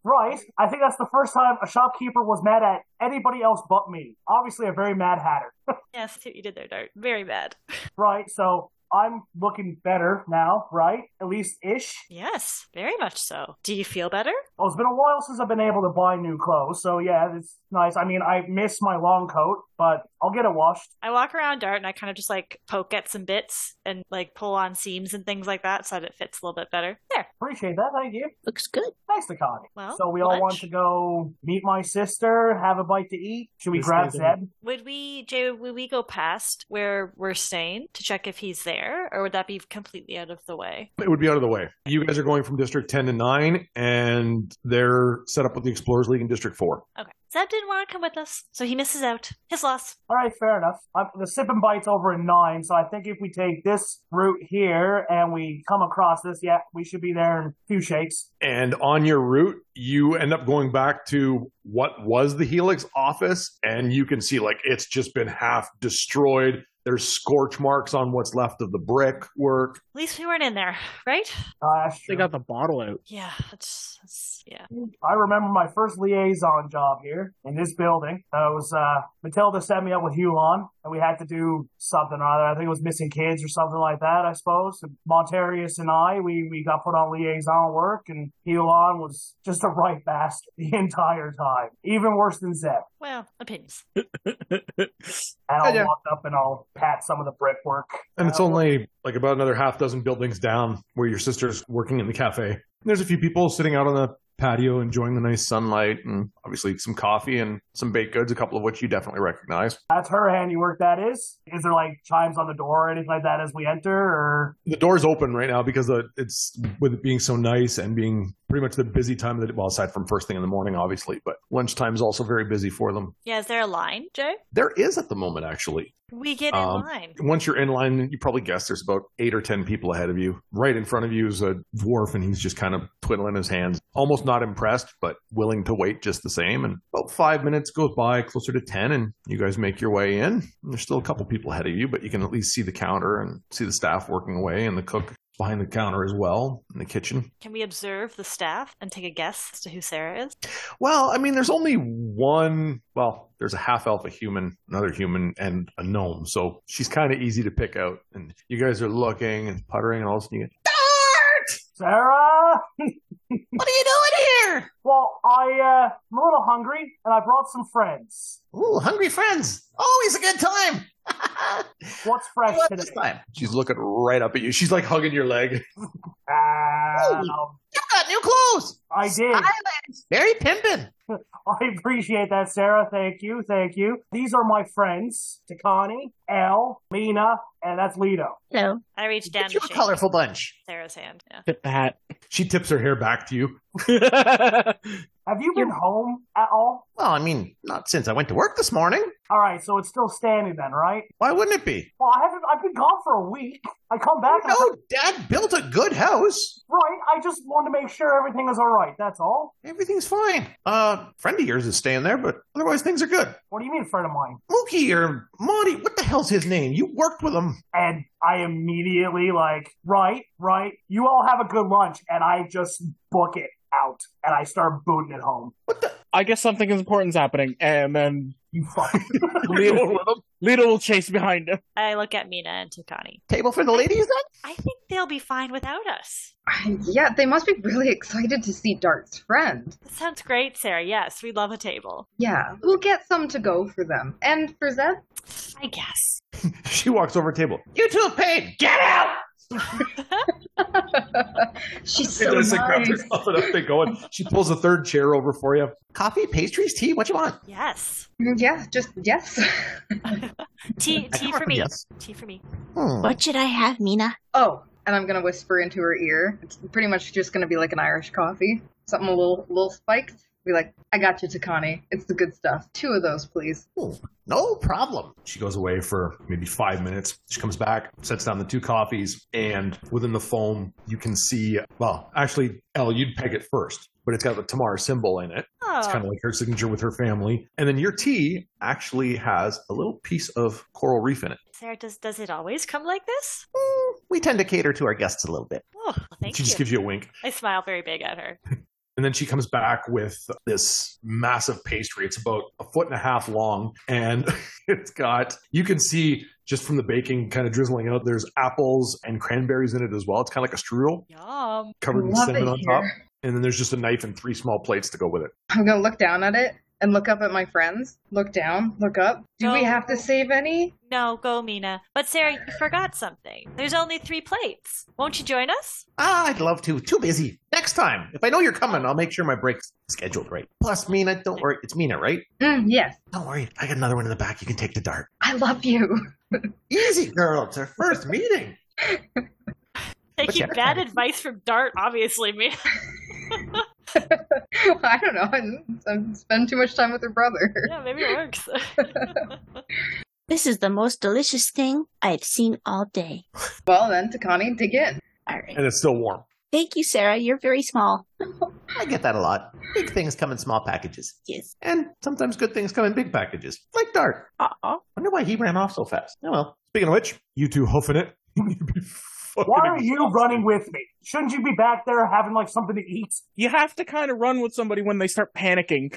Right. I think that's the first time a shopkeeper was mad at anybody else but me. Obviously, a very mad hatter.
Yes, see what you did there, Dart. Very bad.
Right. So I'm looking better now, right? At least ish.
Yes, very much so. Do you feel better?
Well, it's been a while since I've been able to buy new clothes. So yeah, it's nice. I mean, I miss my long coat, but I'll get it washed.
I walk around Dart and I kind of just like poke at some bits and like pull on seams and things like that so that it fits a little bit better. There.
Appreciate that. Thank you.
Looks good.
Thanks, Nakani.
Well,
so we all
lunch?
want to go meet my sister, have a bite to eat. Should we
Yes,
grab
they do.
Zed?
Would we, Jay, would we go past where we're staying to check if he's there or would that be completely out of the way?
It would be out of the way. You guys are going from District 10 to 9, and they're set up with the Explorers League in District 4.
Okay. Zeb didn't want to come with us, so he misses out. His loss.
All right, fair enough. i the sip and bite's over in nine, so I think if we take this route here and we come across this, yeah, we should be there in a few shakes.
And on your route, you end up going back to what was the Helix office, and you can see like it's just been half destroyed. There's scorch marks on what's left of the brick work.
At least we weren't in there, right?
Uh, sure.
they got the bottle out.
Yeah. That's, that's, yeah.
I remember my first liaison job here in this building. I was uh, Matilda set me up with Hulon, and we had to do something or other. I think it was missing kids or something like that. I suppose Montarius and I we we got put on liaison work, and Hulon was just a right bastard the entire time, even worse than Zeb.
Well, opinions.
And I'll
Oh, yeah.
walk up and I'll pat some of the brickwork.
And it's only like about another half dozen buildings down where your sister's working in the cafe. There's a few people sitting out on the patio enjoying the nice sunlight and obviously some coffee and some baked goods, a couple of which you definitely recognize.
That's her handiwork. That is. Is there like chimes on the door or anything like that as we enter, or
the door's open right now because uh, it's with it being so nice and being pretty much the busy time of the well aside from first thing in the morning obviously but lunchtime is also very busy for them
Yeah, is there a line, Jay?
there is at the moment actually
We get in
Um,
line.
once you're in line you probably guess there's about eight or ten people ahead of you right in front of you is a dwarf and he's just kind of twiddling his hands almost not impressed but willing to wait just the same and about five minutes goes by closer to ten and you guys make your way in there's still a couple people ahead of you but you can at least see the counter and see the staff working away and the cook behind the counter as well in the kitchen
Can we observe the staff and take a guess as to who Sarah is?
Well, I mean, there's only one. Well, there's a half elf, a human, another human, and a gnome. So she's kind of easy to pick out. And you guys are looking and puttering, and all of a sudden you get,
Sarah?
What are you doing here?
Well, I uh, I'm a little hungry, and I brought some friends.
"Ooh, hungry friends! Always a good time."
What's fresh
What
today?
this time? She's looking right up at you. She's like hugging your leg.
Um,
You've got new clothes.
I did.
Islands.
Very pimpin'.
I appreciate that, Sarah. Thank you. Thank you. These are my friends: Takani, Elle, Mina, and that's Lido.
Hello.
I reach down to
You're a
shake
colorful bunch.
Sarah's hand. Yeah.
Tip the hat.
She tips her hair back to you.
Have you been home at all?
Well, I mean, not since I went to work this morning.
All right, so it's still standing then, right?
Why wouldn't it be?
Well, I haven't. I've been gone for a week. I come back. and I'm-
Dad built a good house.
right. I just wanted to make sure everything is all right. That's all.
Everything's fine. Uh, friend of yours is staying there, but otherwise things are good.
What do you mean, friend of mine?
Mookie or Monty, what the hell's his name? You worked with him.
And I immediately like, right, right. You all have a good lunch, and I just book it out, and I start booting it home.
I guess something important is happening, and then
You fuck.
Lita,
Going with them.
Lita will chase behind him.
I look at Mina and Tukani.
Table for the ladies then?
I think they'll be fine without us.
Yeah, they must be really excited to see Dart's friend.
That sounds great, Sarah. Yes, we love a table.
Yeah, we'll get some to go for them. And for Zed,
I guess.
She walks over to the table.
You two paid. Get out.
she's
It
so
does,
nice.
like, grabs herself and up they go, and She pulls a third chair over for you.
Coffee, pastries, tea. What you want?
Yes.
Mm, Yeah, just yes.
Tea, tea for me.
Yes.
Tea for me.
Hmm.
What should I have, Mina?
oh, and I'm gonna whisper into her ear. It's pretty much just gonna be like an Irish coffee, something a little, little spiked. Be like, I got you, Takani. It's the good stuff. Two of those, please.
Hmm. No problem.
She goes away for maybe five minutes. She comes back, sets down the two coffees, and within the foam, you can see. Well, actually, Elle, you'd peg it first, but it's got the Tamar symbol in it. It's kind
Oh,
of like her signature with her family. And then your tea actually has a little piece of coral reef in it.
Sarah, does does it always come like this?
Hmm, We tend to cater to our guests a little bit.
Oh, well, thank
she
you.
just gives you a wink.
I smile very big at her.
And then she comes back with this massive pastry. It's about a foot and a half long. And it's got, you can see just from the baking kind of drizzling out, there's apples and cranberries in it as well. It's kind of like a strudel
Yum.
covered in
Love
cinnamon
it
on
here.
top. And then there's just a knife and three small plates to go with it.
I'm gonna look down at it and look up at my friends. Look down, look up. Do we
No.
have to save any?
No, go, Mina. But Sarah, you forgot something. There's only three plates. Won't you join us?
Ah, I'd love to. Too busy. Next time. If I know you're coming, I'll make sure my break's scheduled right. Plus, Mina, don't worry. It's Mina, right?
Mm, yes,
Don't worry. I got another one in the back. You can take the dart.
I love you.
Easy, girl. It's our first meeting.
Taking
Sarah-
bad advice from Dart, obviously, Mina.
I don't know. I, I spend too much time with her brother.
yeah, maybe it works.
This is the most delicious thing I've seen all day.
Well, then, Takani, dig in.
All right.
And it's still warm.
Thank you, Sarah. You're very small.
I get that a lot. Big things come in small packages.
Yes.
And sometimes good things come in big packages. Like dart.
Aw.
Wonder why he ran off so fast. Oh well.
Speaking of which, you two hoofing it. You'd be fucking
Why are you
exhausted.
running with me? Shouldn't you be back there having like something to eat?
You have to kind of run with somebody when they start panicking.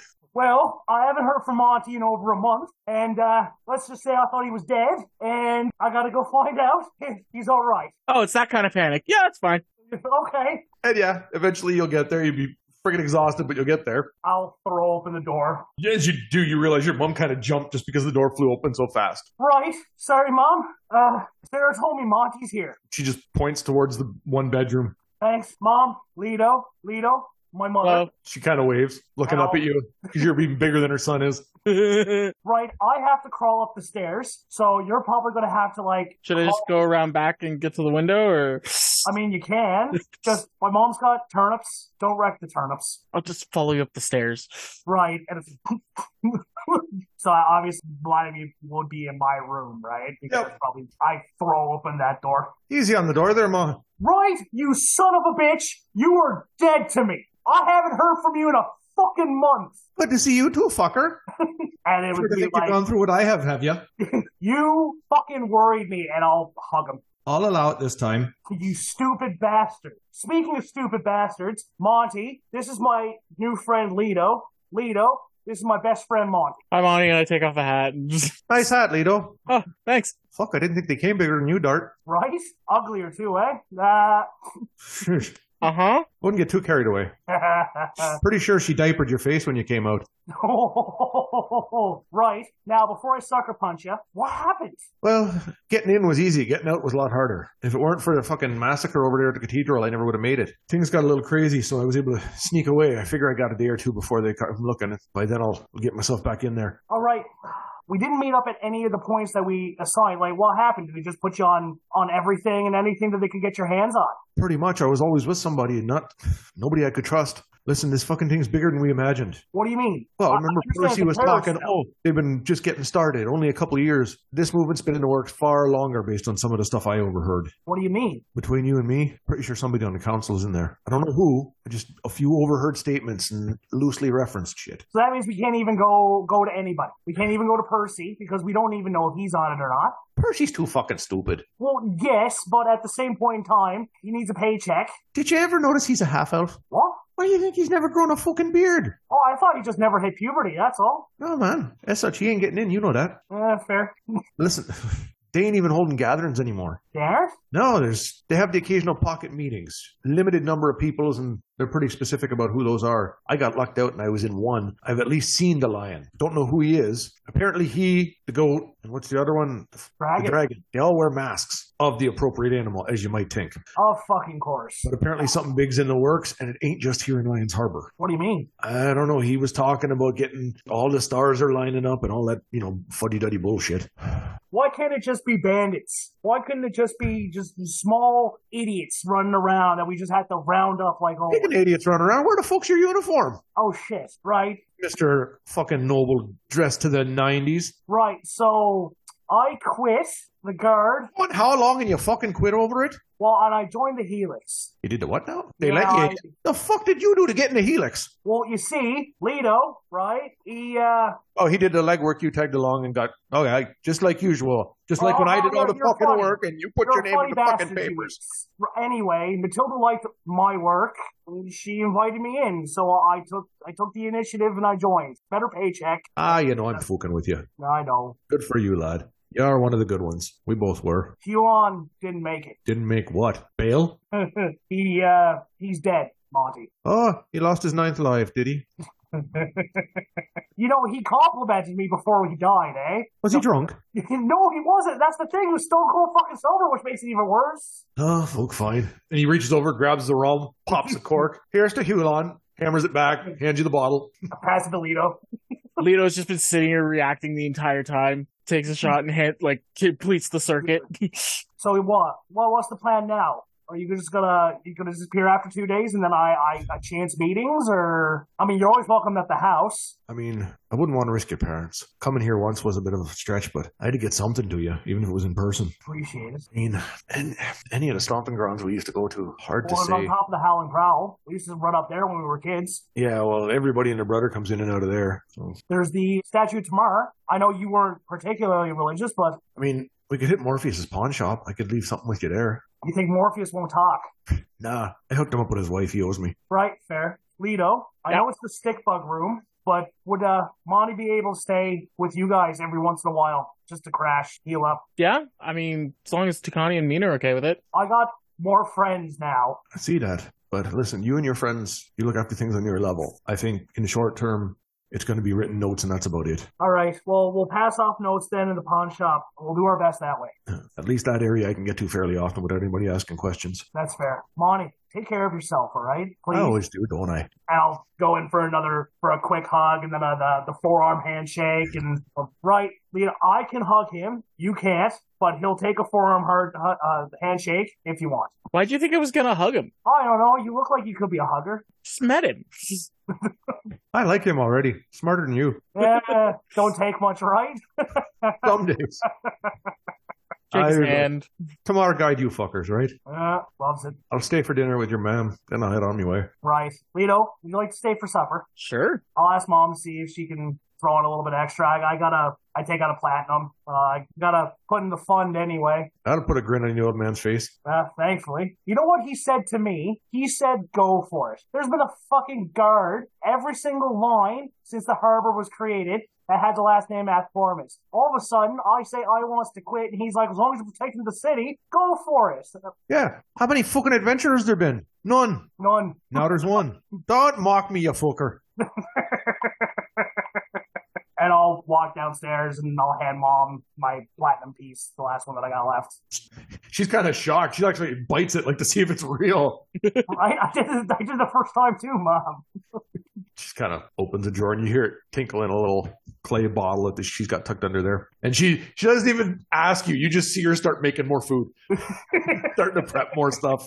Well, I haven't heard from Monty in over a month, and uh, let's just say I thought he was dead, and I gotta go find out if he's all right.
oh, it's that kind of panic. Yeah, that's fine.
okay,
And yeah, eventually you'll get there. You'll be freaking exhausted, but you'll get there.
I'll throw open the door.
As you do, you realize your mom kind of jumped just because the door flew open so fast.
Right, sorry, Mom. Uh, Sarah told me Monty's here.
She just points towards the one bedroom.
Thanks, Mom. Lido, Lido, my mother.
Hello.
She kind of waves, looking up
Ow.
at you because you're even bigger than her son is.
Should
Right, I have to crawl up the stairs, so you're probably gonna have to like.
I just go around back and get to the window, or
I mean, you can. Just my mom's got turnips. Don't wreck the turnips.
I'll just follow you up the stairs?
Right, and it's so I- obviously Vladimir would be in my room, right? Because probably I throw open that door.
Easy on the door there, Ma.
Right, you son of a bitch! You are dead to me. I haven't heard from you in a fucking month,
Good to see you too, fucker.
and it would be like
through what I have, have you?
you fucking worried me, and I'll hug him.
I'll allow it this time.
You stupid bastard. Speaking of stupid bastards, Monty, this is my new friend Lido. Lido, this is my best friend Monty.
I'm on and I take off a hat. And just,
Nice hat, Lido.
oh, thanks.
Fuck, I didn't think they came bigger than you, Dart.
Right? Uglier too, eh? Nah.
Uh huh.
Wouldn't get too carried away.
Uh.
Pretty sure she diapered your face when you came out.
right. Now, before I sucker punch you, what happened?
Well, getting in was easy. Getting out was a lot harder. If it weren't for the fucking massacre over there at the cathedral, I never would have made it. Things got a little crazy, so I was able to sneak away. I figure I got a day or two before they come looking. By then, I'll get myself back in there.
All right. We didn't meet up at any of the points that we assigned. Like, what happened? Did they just put you on on everything and anything that they could get your hands on?
Pretty much, I was always with somebody, and not nobody I could trust. Listen, this fucking thing's bigger than we imagined.
What do you mean?
Well,
I- I
remember
understand
Percy
the
was
terror
talking,
stuff.
oh, they've been just getting started, only a couple of years. This movement's been in the works far longer based on some of the stuff I overheard.
What do you mean?
between you and me, pretty sure somebody on the council is in there. I don't know who, but just a few overheard statements and loosely referenced shit.
So that means we can't even go go to anybody. We can't even go to Percy because we don't even know if he's on it or not.
Percy's too fucking stupid.
Well, yes, but at the same point in time, he needs a paycheck.
Did you ever notice he's a half elf?
What?
Why
Why do you think he's never grown a fucking beard?
Oh, I thought you just never hit puberty. That's all.
No, man. As such, he ain't getting in. You know that.
Yeah, fair.
Listen, they ain't even holding gatherings anymore.
There.
No, there's they have the occasional pocket meetings, limited number of peoples, and they're pretty specific about who those are. I got locked out and I was in one. I've at least seen the lion. Don't know who he is. Apparently, he, the goat, and what's the other one? The f- the
Dragon.
dragon. They all wear masks of the appropriate animal, as you might think.
Of fucking course.
But apparently, something big's in the works, and it ain't just here in Lions Harbor.
What do you mean?
I don't know. He was talking about getting all the stars are lining up and all that, you know, fuddy duddy bullshit.
Why can't it just be bandits? Why couldn't it just be just small idiots running around that we just had to round up like oh
Fucking idiots running around. Where the fuck's your uniform?
oh shit, right?
Mr. fucking Noble dressed to the 90s.
Right. So I quit the guard.
What? How long and you fucking quit over it?
Well, and I joined the Helix.
You did the what now? They
Yeah,
let you.
I-
The fuck did you do to get in the Helix?
Well, you see, Leto, right? He uh
Oh, he did the legwork. You tagged along and got. Oh, yeah, just like usual. Just like when I did
Oh,
all the
you're
fucking
funny.
work and you put
You're
your
a
name in
funny
the fucking
bastard, you
papers.
is. R- Anyway, Matilda liked my work. and She invited me in, so I took I took the initiative and I joined. Better paycheck.
Ah, you know, I'm fucking with you.
I know.
Good for you, lad. You are one of the good ones. We both were.
Huon didn't make
Didn't make what? Bail?
it. he uh he's dead, Monty.
Oh, he lost his ninth life, did he?
you know, he complimented me before he died, eh?
Was he drunk?
no, he wasn't. That's the thing. He was stone cold fucking sober, which makes it even worse.
Oh, folk, fine. And he reaches over, grabs the rum, pops the cork. Here's to Hulon. Hammers it back, hands you the bottle.
Pass the Lido.
Leto's just been sitting here reacting the entire time. Takes a shot and hit like completes the circuit.
So we what? Well, what's the plan now? Are you just gonna you gonna disappear after two days and then I, I I chance meetings or I mean you're always welcome at the house.
I mean, I wouldn't want to risk your parents. Coming here once was a bit of a stretch, but I had to get something to you, even if it was in person.
Appreciate it.
I mean, and any of the stomping grounds we used to go to, hard to
Or on
say.
top of the howling prowl. We used to run up there when we were kids.
Yeah, well, everybody and their brother comes in and out of there. So,
There's the statue of Tamar. I know you weren't particularly religious, but
I mean, we could hit Morpheus's pawn shop. I could leave something with you there.
you think Morpheus won't talk.
Nah, I hooked him up with his wife. He owes me.
Right, fair. Lido, I know it's the stick bug room, but would uh, Monty be able to stay with you guys every once in a while just to crash, heal up?
yeah, I mean, as long as Takani and Mina are okay with it.
I got more friends now.
I see that. But listen, you and your friends, you look after things on your level. I think in the short term, it's going to be written notes, and that's about it.
All right, well, we'll pass off notes then in the pawn shop. We'll do our best that way.
At least that area I can get to fairly often without anybody asking questions.
That's fair. Monty, take care of yourself, all right? Please.
I always do, don't I?
And I'll go in for another, for a quick hug and then uh, the, the forearm handshake. And right, Lido, I can hug him. You can't, but he'll take a forearm hard, uh, handshake if you want.
Why'd you think I was gonna hug him?
I don't know. You look like you could be a hugger.
Just met him.
I like him already. Smarter than you.
yeah, Eh, don't take much, right?
Some days.
Shake his
I-
hand.
Tomorrow guide you fuckers, right?
Uh, loves it.
I'll stay for dinner with your ma'am, then I'll head on my way.
Right. Lito, would you like to stay for supper?
Sure.
I'll ask mom to see if she can throw in a little bit extra. I, I gotta, I take out a platinum. Uh, I gotta put in the fund anyway.
That'll put a grin on the old man's face.
Uh, thankfully. You know what he said to me? He said, go for it. There's been a fucking guard every single line since the harbor was created that had the last name Atformis. All of a sudden, I say I wants to quit, and he's like, as long as you're protecting the city, go for it. Uh,
Yeah. How many fucking adventures there been? None.
None.
Now there's one. Don't mock me, you fucker.
and I'll walk downstairs and I'll hand mom my platinum piece, the last one that I got left.
She's kind of shocked. She actually bites it like to see if it's real.
right? I did, it- I did it the first time too, mom.
She's kind of opens a drawer and you hear it tinkle in a little clay bottle that she's got tucked under there. And she she doesn't even ask you. You just see her start making more food, starting to prep more stuff.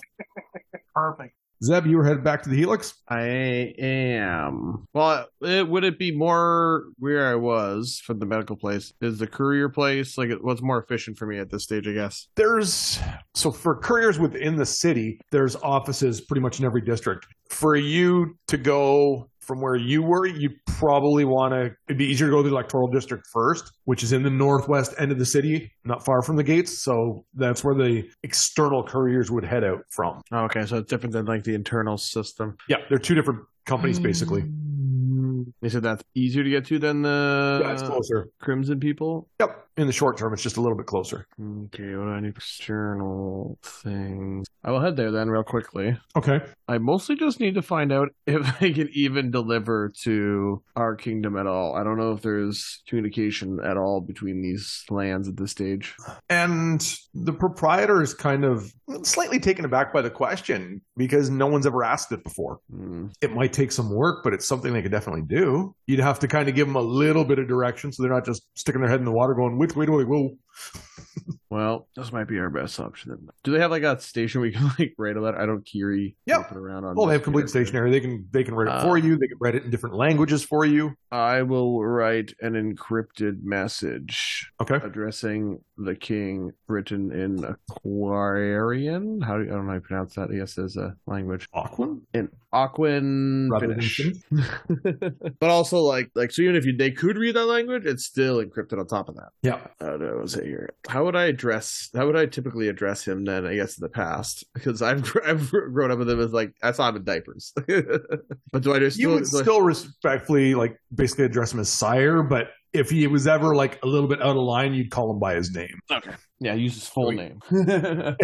Perfect.
Zeb, you were headed back to the Helix.
I am. Well, it, would it be more where I was from the medical place? Is the courier place like it was more efficient for me at this stage? I guess.
there's so for couriers within the city there's offices pretty much in every district for you to go from where you were you'd
probably want to, it'd be easier to go to the electoral district first, which is in the northwest end of the city, not far from the gates. So that's where the external couriers would head out from.
Oh, Okay, so it's different than like the internal system.
Yeah, they're two different companies, basically.
Mm. They said that's easier to get to than the
Mm. yeah, it's closer.
Crimson people.
Yep. In the short term, it's just a little bit closer.
Okay, what do I need for external things? I will head there then, real quickly.
Okay.
I mostly just need to find out if they can even deliver to our kingdom at all. I don't know if there's communication at all between these lands at this stage.
And the proprietor is kind of slightly taken aback by the question because no one's ever asked it before.
Hmm.
It might take some work, but it's something they could definitely do. You'd have to kind of give them a little bit of direction so they're not just sticking their head in the water going, which way do I go?
Well, this might be our best option. Then. Do they have like a station we can like write a letter? I don't Kiri.
Yeah.
flipping around on.
Well, they
this
have complete
here.
stationery. They can they can write it
Uh,
for you. They can write it in different languages for you.
I will write an encrypted message
Okay.
addressing the king, written in Aquarian. How do you, I don't know how you pronounce that? Yes, as a language
Aquan?
in Aquan
Rather than
Finnish. but also like like so even if you, they could read that language, it's still encrypted on top of that.
Yeah.
I don't know what was it here. How would I address? How would I typically address him then? I guess in the past, because I've I've grown up with him as like I saw him in diapers. but do I just
You would
do I-
still respectfully like basically address him as sire, but if he was ever like a little bit out of line, you'd call him by his name.
yeah use his full
Wait.
name?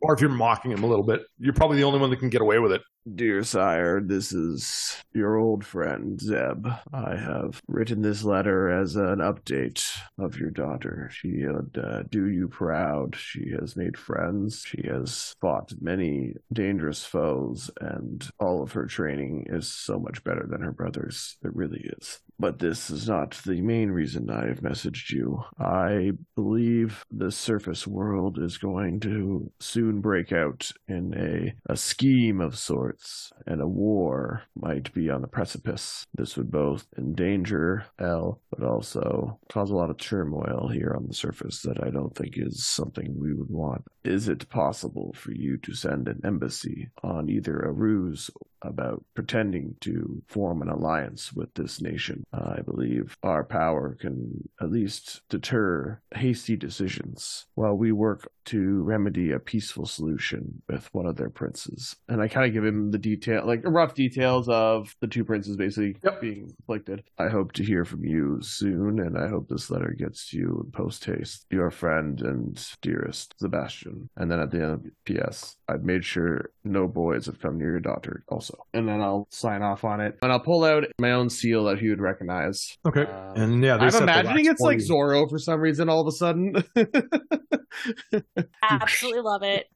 or if you're mocking him a little bit, you're probably the only one that can get away with it.
Dear sire, this is your old friend Zeb. I have written this letter as an update of your daughter. She would uh, do you proud. She has made friends. She has fought many dangerous foes, and all of her training is so much better than her brother's. It really is. But this is not the main reason I have messaged you. I believe the surface world is going to soon break out in a, a scheme of sorts, and a war might be on the precipice. This would both endanger L, but also cause a lot of turmoil here on the surface that I don't think is something we would want. Is it possible for you to send an embassy on either a ruse about pretending to form an alliance uh, with this nation. I believe our power can at least deter hasty decisions while we work to remedy a peaceful solution with one of their princes.
and I kind of give him the detail, like rough details of the two princes basically
Yep.
being afflicted.
I hope to hear from you soon, and I hope this letter gets to you in post haste. Your friend and dearest, Sebastian. And then at the end, P.S. I've made sure no boys have come near your daughter, also.
And then I'll sign off on it, and I'll pull out my own seal that he would recognize.
Okay.
Um,
and yeah, they
I'm
set the
imagining
wax
it's
for
like
you.
Zorro for some reason. All of a sudden,
Absolutely love it.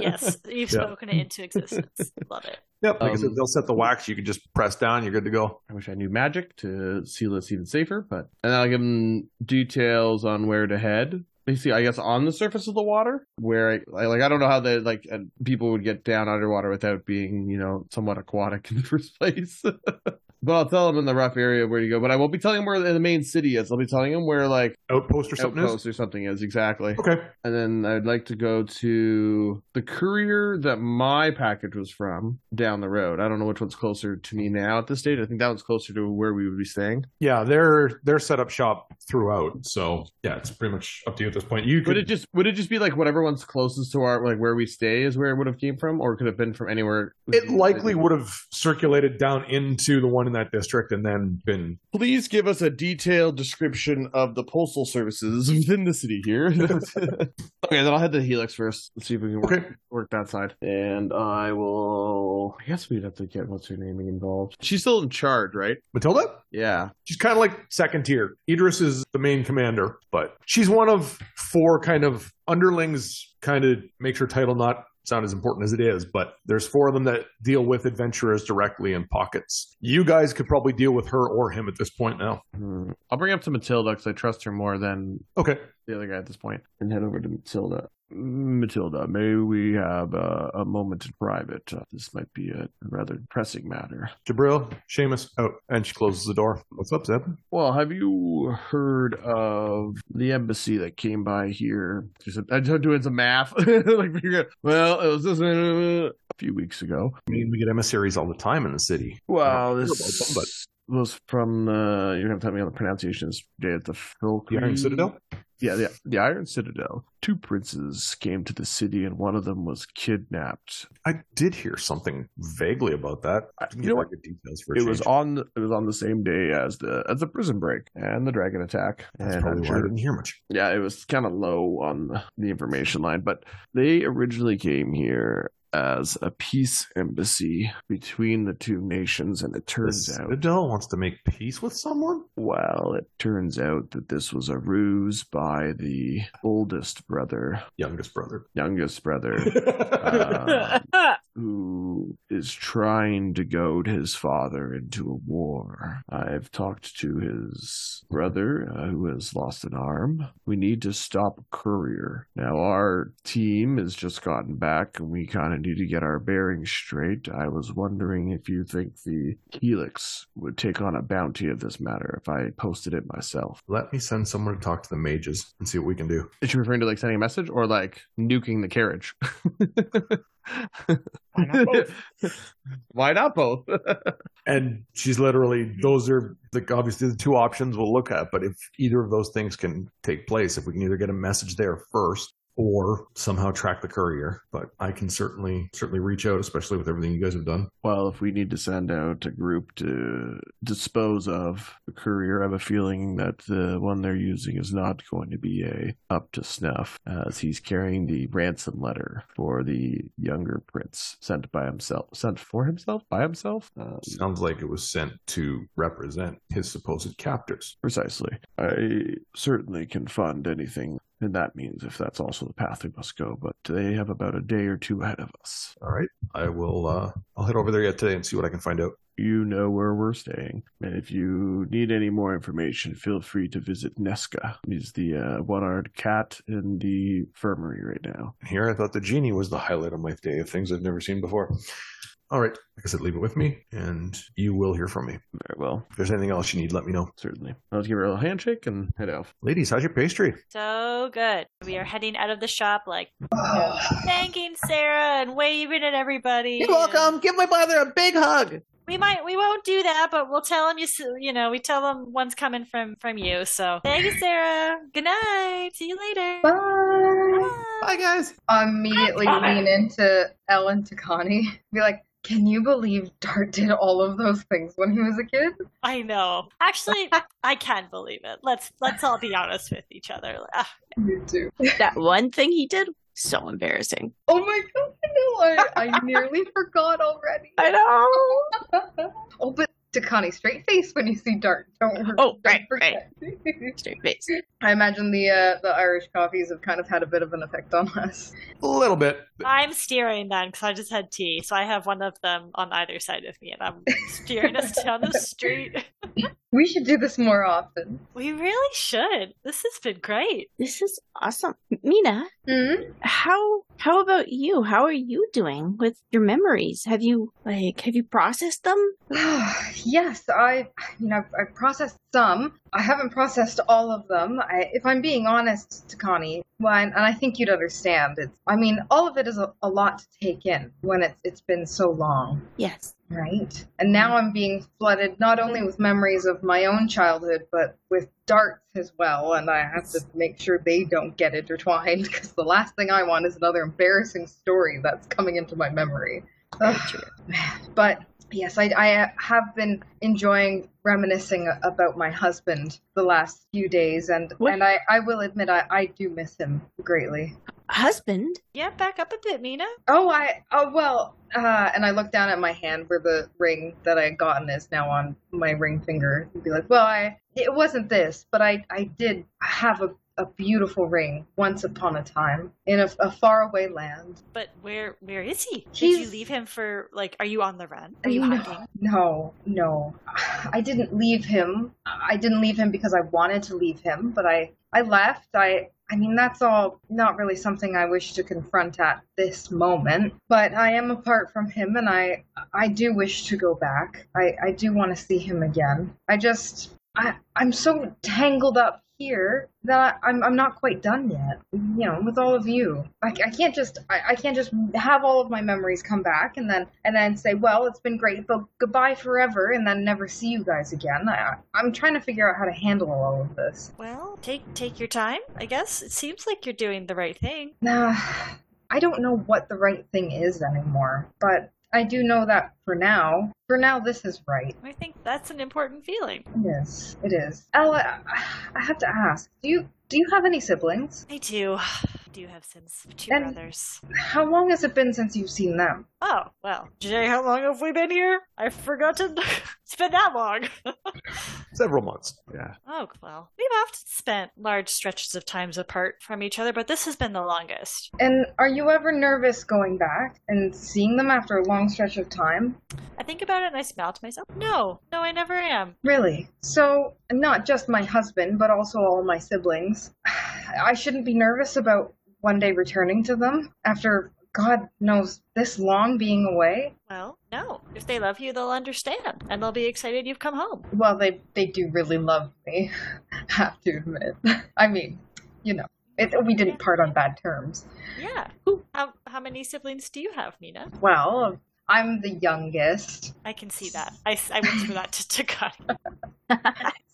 Yes, you've
Yeah.
spoken it into existence. Love it.
Yep. Like I said,
um,
they'll set the wax. You can just press down. You're good to go.
I wish I knew magic to seal this even safer, but and I'll give him details on where to head. Basically, I guess on the surface of the water, where I, I like I don't know how the like uh, people would get down underwater without being you know somewhat aquatic in the first place. but I'll tell him in the rough area where to go. But I won't be telling him where the main city is. I'll be telling him where like
Outpost or something. is-
outpost or something is exactly.
Okay.
And then I'd like to go to the courier that my package was from down the road. I don't know which one's closer to me now at this stage. I think that one's closer to where we would be staying.
Yeah, they're they're set up shop throughout. So yeah, it's pretty much up to you at this point. You
Would
could
it just would it just be like whatever one's closest to our like where we stay is where it would have came from, or could have been from anywhere?
it likely would have circulated down into the one in that district and then been
Please give us a detailed description of the postal services within the city here. okay, then I'll head to Helix first. Let's see if we can work,
Okay.
work that side. And I will. I guess we'd have to get what's her name involved. She's still in charge, right?
Matilda?
Yeah.
She's kind of like second tier. Idris is the main commander, but she's one of four kind of underlings kind of makes her title not sound as important as it is, but there's four of them that deal with adventurers directly in pockets. You guys could probably deal with her or him at this point now.
Hmm. I'll bring it up to Matilda because I trust her more than
Okay.
the other guy at this point.
and
Mm,
head over to Matilda. Matilda, may we have uh, a moment in private? Uh, this might be a rather pressing matter.
Jabril, Seamus, out. And she closes the door. What's up, Zeb?
Well, have you heard of the embassy that came by here?
She said, I'm just doing some math. like, figure out, well, it was this. uh,
A few weeks ago.
I mean, we get emissaries all the time in the city.
Well,
I don't know
this
about them,
was from uh, you're gonna have to help me on the pronunciations. Jay, it's the Filk.
The Iron Citadel?
Yeah, the, the Iron Citadel. Two princes came to the city, and one of them was kidnapped.
I did hear something vaguely about that.
I-
Didn't
you
get
know what?
back to details for a
It was
change.
on the, it was on the same day as the as the prison break and the dragon attack.
That's
and
probably
I'm
why I
sure
didn't hear much.
yeah, it was kind of low on the- the information line, but they originally came here as a peace embassy between the two nations, and it
The
turns out,
Citadel wants to make peace with someone?
well, it turns out that this was a ruse by the oldest brother,
Youngest brother. Uh,
youngest brother, um, who is trying to goad his father into a war. I've talked to his brother, uh, who has lost an arm. We need to stop Courier. Now, our team has just gotten back, and we kind of need to get our bearings straight. I was wondering if you think the Helix would take on a bounty of this matter if I posted it myself.
Let me send someone to talk to the mages and see what we can do.
Is she referring to like sending a message or like nuking the carriage?
Why not
Why not both?
And she's literally, those are the, obviously the two options we'll look at. But if either of those things can take place, if we can either get a message there first or somehow track the courier, but I can certainly, certainly reach out, especially with everything you guys have done.
Well, if we need to send out a group to dispose of the courier, I have a feeling that the one they're using is not going to be a up to snuff, as he's carrying the ransom letter for the younger prince sent by himself, sent for himself by himself. Um,
Sounds like it was sent to represent his supposed captors.
precisely. I certainly can fund anything, and that means if that's also the path we must go. But they have about a day or two ahead of us.
All right. I will, uh, I'll head over there yet today and see what I can find out.
you know where we're staying. And if you need any more information, feel free to visit Nesca. He's the uh, one-armed cat in the infirmary right now.
Here, I thought the genie was the highlight of my day of things I've never seen before. All right, like I said, leave it with me, and you will hear from me.
Very well,
If there's anything else you need, let me know.
certainly. I'll give her a little handshake and head off.
Ladies, how's your pastry?
So good. We are heading out of the shop like thanking Sarah and waving at everybody.
You're welcome. Give my brother a big hug.
We might we won't do that, but we'll tell them you s- you know we tell them one's coming from from you. So thank you, Sarah. Good night. See you later.
Bye.
Bye.
Bye, guys. Immediately lean into Ellen Takani. Be like, can you believe Dart did all of those things when he was a kid?
I know. Actually, I can believe it. Let's let's all be honest with each other. Ah,
You do.
That one thing he did, so embarrassing.
Oh my god, no, I, I nearly forgot already.
I know.
oh, but Takani, straight face when you see Dart. Don't worry.
Oh, right,
Don't forget.
Straight face.
I imagine the uh, the Irish coffees have kind of had a bit of an effect on us.
A little bit.
I'm steering then because I just had tea, so I have one of them on either side of me, and I'm steering us down the street.
We should do this more often.
We really should. This has been great.
This is awesome. Mina,
Hmm?
how how about you? How are you doing with your memories? Have you like have you processed them?
yes, I you know I've, I've processed some. I haven't processed all of them. I, if I'm being honest, Takani, well, and, and I think you'd understand. It's I mean, all of it is a, a lot to take in when it's it's been so long.
Yes.
Right. And now I'm being flooded not only with memories of my own childhood, but with darts as well. And I have to make sure they don't get intertwined because the last thing I want is another embarrassing story that's coming into my memory. Ugh, man. But yes, I, I have been enjoying reminiscing about my husband the last few days. And,
What-
and I, I will admit, I, I do miss him greatly.
Husband?
Yeah, back up a bit, Mina.
Oh, I oh well. Uh, and I look down at my hand where the ring that I had gotten is now on my ring finger. And be like, well, I it wasn't this, but I I did have a, a beautiful ring once upon a time in a, a faraway land.
But where where is he? Did you
He's-
leave him for like? Are you on the run? Are you
No.
hiding?
No, no, I didn't leave him. I didn't leave him because I wanted to leave him, but I I left. I I mean that's all not really something I wish to confront at this moment. But I am apart from him, and I I do wish to go back. I I do want to see him again. I just I I'm so tangled up here that I'm I'm not quite done yet. You know, with all of you, I, I can't just I, I can't just have all of my memories come back and then and then say, well, it's been great, but goodbye forever, and then never see you guys again. I, I'm trying to figure out how to handle all of this.
Well, take take your time, I guess. It seems like you're doing the right thing.
Nah, I don't know what the right thing is anymore, but I do know that for now, for now, this is right.
I think that's an important feeling.
Yes, it is. Ella, I have to ask, do you do you have any siblings?
I do. I do have sins. Two
And-
brothers.
How long has it been since you've seen them?
Oh, well. Jay, how long have we been here? I've forgotten. it's been that long.
Several months.
Yeah.
oh, well. We've often spent large stretches of times apart from each other, but this has been the longest.
And are you ever nervous going back and seeing them after a long stretch of time?
I think about it and I smile to myself. No, no, I never am.
Really? So, not just my husband, but also all my siblings. I shouldn't be nervous about one day returning to them after God knows this long being away.
Well, no. If they love you, they'll understand, and they'll be excited you've come home.
Well, they they do really love me. Have to admit. I mean, you know, it, we didn't part on bad terms.
Yeah. How how many siblings do you have, Mina?
Well, I'm the youngest,
I can see that. I, s- I whisper that to Takani.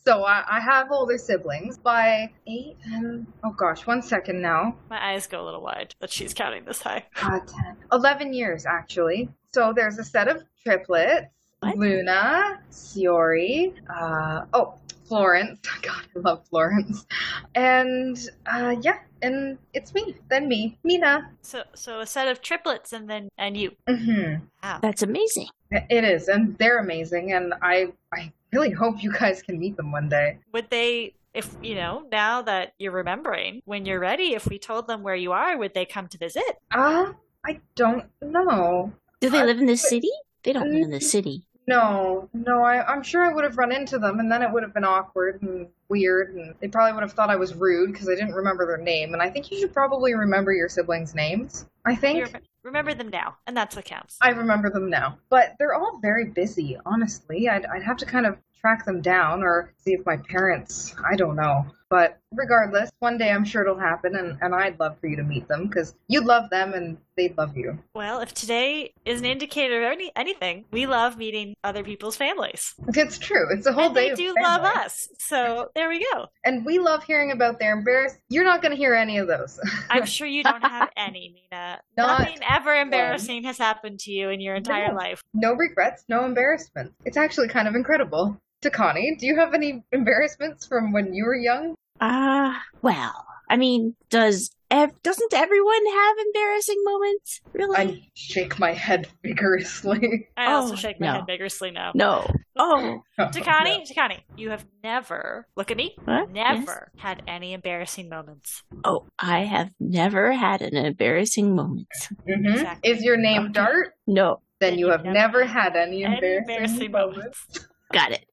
so I, I have older siblings by eight and oh gosh, one second now,
My eyes go a little wide that she's counting this high.
uh, 10, 11 years actually. So there's a set of triplets:
What?
Luna, Siori, uh, oh Florence. God, I love Florence, and uh, yeah, and it's me, then me, Mina.
So so a set of triplets and then and you.
hmm
Wow.
That's amazing.
It is, and they're amazing, and I I really hope you guys can meet them one day.
Would they if you know, now that you're remembering, when you're ready, if we told them where you are, would they come to visit?
Uh, I don't know.
Do they
Uh,
live in this city? They don't live in the city.
No, no, I, I'm sure I would have run into them, and then it would have been awkward and weird, and they probably would have thought I was rude because I didn't remember their name, and I think you should probably remember your siblings' names. I think.
You remem- remember them now, and that's what counts.
I remember them now. But they're all very busy, honestly. I'd, I'd have to kind of track them down or see if my parents, I don't know. But regardless, one day I'm sure it'll happen, and, and I'd love for you to meet them because you love them and they love you.
Well, if today is an indicator of any anything, we love meeting other people's families.
It's true. It's a whole
and
day.
they
of
do
family.
love us. So there we go.
And we love hearing about their embarrassed. You're not going to hear any of those.
I'm sure you don't have any, Mina.
Not
Nothing ever embarrassing has happened to you in your entire
No.
life.
no regrets, no embarrassment. It's actually kind of incredible. To Connie, do you have any embarrassments from when you were young?
Ah, well, I mean, does ev- doesn't everyone have embarrassing moments? Really?
I shake my head vigorously.
I also
Oh,
shake my
no.
head vigorously now.
no. Oh,
Takani, Takani, you have never, look at me,
What?
never had any embarrassing moments.
oh, I have never had an embarrassing moment.
hmm
Exactly.
Is your name Dart?
No,
Then you have never had any embarrassing, moments.
got it.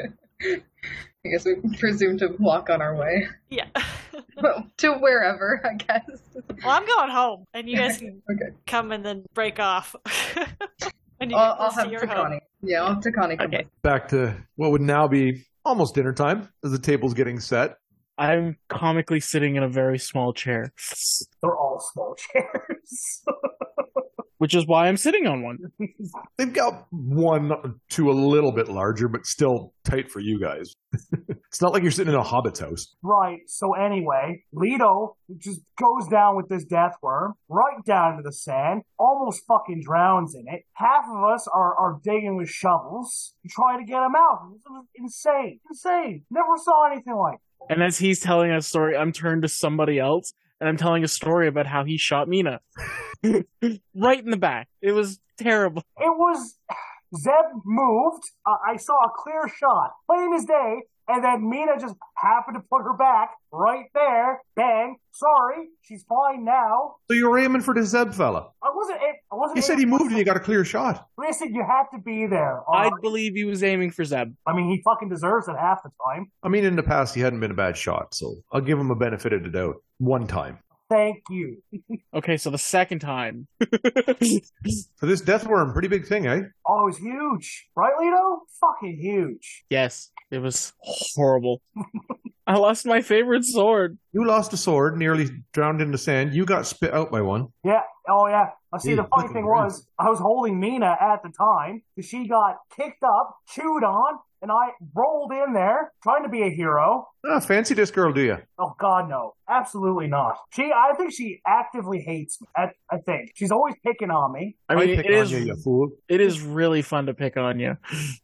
I guess we can presume to walk on our way.
Yeah. well,
Well, to wherever, I guess.
I'm going home, and you guys can
Okay.
come and then break off. when you get
I'll, I'll
close to
have
your home.
Takani. Yeah, I'll have Takani come
Okay.
with.
Back to what would now be almost dinner time as the table's getting set.
I'm comically sitting in a very small chair,
They're all small chairs.
which is why I'm sitting on one.
They've got one or two a little bit larger, but still tight for you guys. it's not like you're sitting in a hobbit's house.
right, so anyway, Leto just goes down with this death worm, right down into the sand, almost fucking drowns in it. Half of us are, are digging with shovels to try to get him out. It was insane, insane. Never saw anything like it.
And as he's telling a story, I'm turned to somebody else and I'm telling a story about how he shot Mina. right in the back. It was terrible.
It was Zeb moved. Uh, I saw a clear shot, plain as day, and then Mina just happened to put her back right there. Bang! Sorry, she's fine now.
So you were aiming for the Zeb fella.
I wasn't. a- I wasn't.
He said
able-
he moved and you got a clear shot.
Listen, you had to be there.
I
alright?
believe he was aiming for Zeb.
I mean, he fucking deserves it half the time.
I mean, in the past, he hadn't been a bad shot, so I'll give him a benefit of the doubt. One time.
Thank you.
Okay, so the second time.
So this death worm, pretty big thing, eh?
Oh, it was huge, right, Leto? Fucking huge.
yes, it was horrible. I lost my favorite sword.
You lost a sword, nearly drowned in the sand. You got spit out by one.
Yeah. Oh, yeah. I see.
Dude,
the funny
fucking
thing
gross.
was, I was holding Mina at the time. She got kicked up, chewed on, and I rolled in there trying to be a hero.
Ah, fancy this girl, do you?
Oh God, no! Absolutely not. She, I think she actively hates me. I, I think she's always picking on me.
I mean,
pick
it
on
is
you, you fool.
it is really fun to pick on you.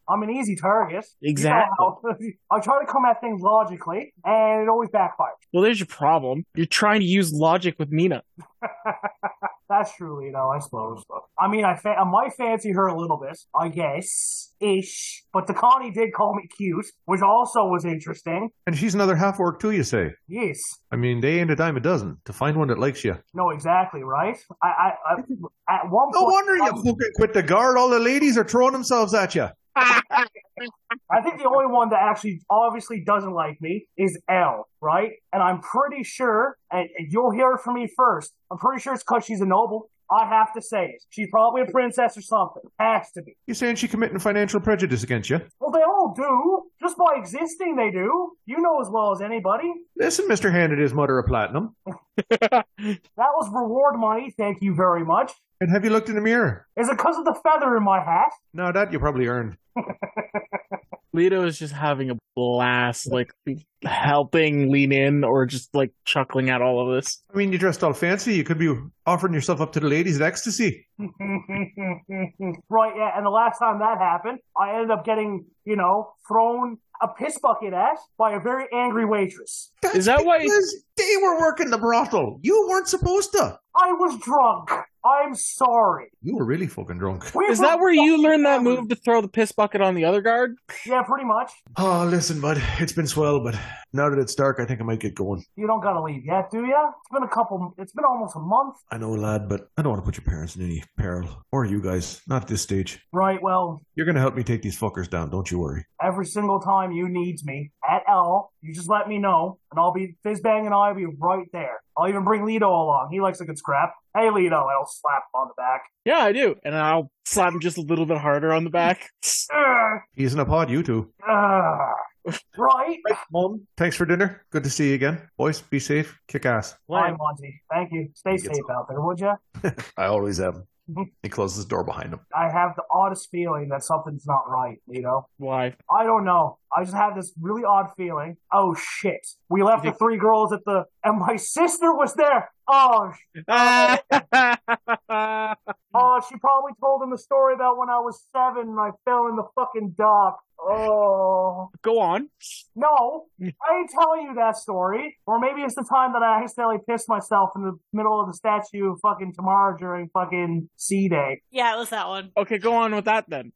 I'm an easy target. You know
Exactly.
how- I try to come at things logically, and it always backfires.
Well, there's your problem. You're trying to use logic with Mina.
That's true, you know. I suppose. But, I mean, I, fa- I might fancy her a little bit, I guess, ish. But the Connie did call me cute, which also was interesting.
And she's another half orc too, you say?
Yes.
I mean, they ain't a dime a dozen to find one that likes you.
No, exactly right. I, I, I at one
No
point,
wonder you
I-
fucking quit the guard. All the ladies are throwing themselves at you.
I think the only one that actually obviously doesn't like me is L, right? And I'm pretty sure, and, and you'll hear it from me first. I'm pretty sure it's because she's a noble. I have to say it. She's probably a princess or something. Has to be.
You saying she committing financial prejudice against you?
Well, they all do. Just by existing, they do. You know as well as anybody.
Listen, Mister handed his mother a platinum.
That was reward money. Thank you very much.
And have you looked in the mirror?
Is it because of the feather in my hat?
No, that you probably earned.
Leto is just having a blast, like helping lean in or just like chuckling at all of this.
I mean, you dressed all fancy. You could be offering yourself up to the ladies in ecstasy.
right, yeah, and the last time that happened, I ended up getting, you know, thrown a piss bucket at by a very angry waitress.
Is that why?
Because they were working the brothel. You weren't supposed to.
I was drunk. I'm sorry.
You were really fucking drunk.
We
Is
were
that where you
fucking
learned that
hammered.
move to throw the piss bucket on the other guard?
Yeah, pretty much.
Oh, listen, bud. It's been swell, but now that it's dark, I think I might get going.
You don't gotta leave yet, do ya? It's been a couple. It's been almost a month.
I know, lad, but I don't want to put your parents in any peril. Or you guys. Not at this stage.
Right. Well,
You're going to help me take these fuckers down, don't you worry.
every single time you needs me at L, you just let me know, and I'll be Fizzbang and I'll be right there. I'll even bring Leto along. He likes a good scrap. Hey, Leto, I'll slap him on the back.
Yeah, I do. And I'll slap him just a little bit harder on the back.
Ugh.
He's in a pod, you two.
Ugh. right?
Mom, thanks for dinner. Good to see you again. Boys, be safe. Kick ass.
Bye, Monty. Thank you. Stay
He gets
safe out there, would you?
I always am. he closes the door behind him.
I have the oddest feeling that something's not right, you know?
Why?
I don't know. I just have this really odd feeling. Oh, shit. We left the three girls at the. And my sister was there! Oh, sh- oh, she probably told him the story about when I was seven and I fell in the fucking dock. Oh.
Go on.
No, I ain't telling you that story. Or maybe it's the time that I accidentally pissed myself in the middle of the statue of fucking Tamara during fucking C Day.
Yeah, it was that one.
Okay, go on with that then.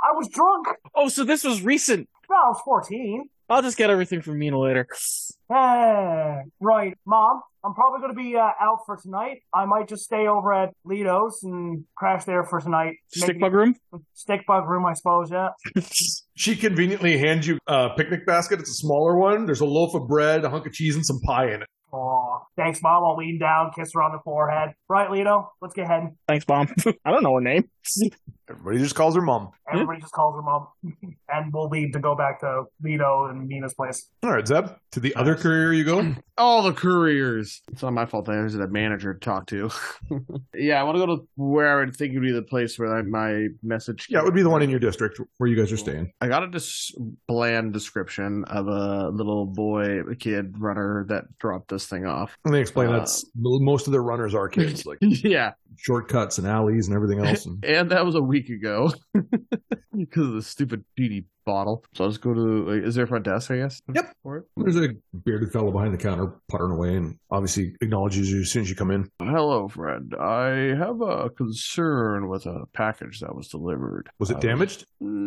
I was drunk.
Oh, so this was recent.
No, I was 14.
I'll just get everything from Mina later.
Eh, right, Mom. I'm probably going to be uh, out for tonight. I might just stay over at Lito's and crash there for tonight.
Stick
Maybe-
bug room?
Stick bug room, I suppose. Yeah.
She conveniently hands you a picnic basket. It's a smaller one. There's a loaf of bread, a hunk of cheese, and some pie in it.
Aw, thanks, Mom. I'll lean down, kiss her on the forehead. Right, Lito. Let's get heading.
Thanks, Mom. I don't know her name.
Everybody just calls her mom.
Everybody just calls her Mom, and we'll leave to go back to Lito and Mina's place.
All right, Zeb, to the other courier you go.
all the couriers. It's not my fault that I was a manager to talk to. yeah, I want to go to where I would think would be the place where I, my message.
Yeah, it would be the one in your district where you guys are staying.
I got a dis- bland description of a little boy, a kid runner that dropped this thing off.
And they explain
Uh,
that's most of their runners are kids, like
yeah,
shortcuts and alleys and everything else. And
and that was a week ago because of the stupid beauty bottle. So I'll just go to. Like, is there a front desk? I guess.
Yep.
For it?
there's a bearded fellow behind the counter puttering away and obviously acknowledges you as soon as you come in.
Hello, friend. I have a concern with a package that was delivered.
Was
I
it damaged?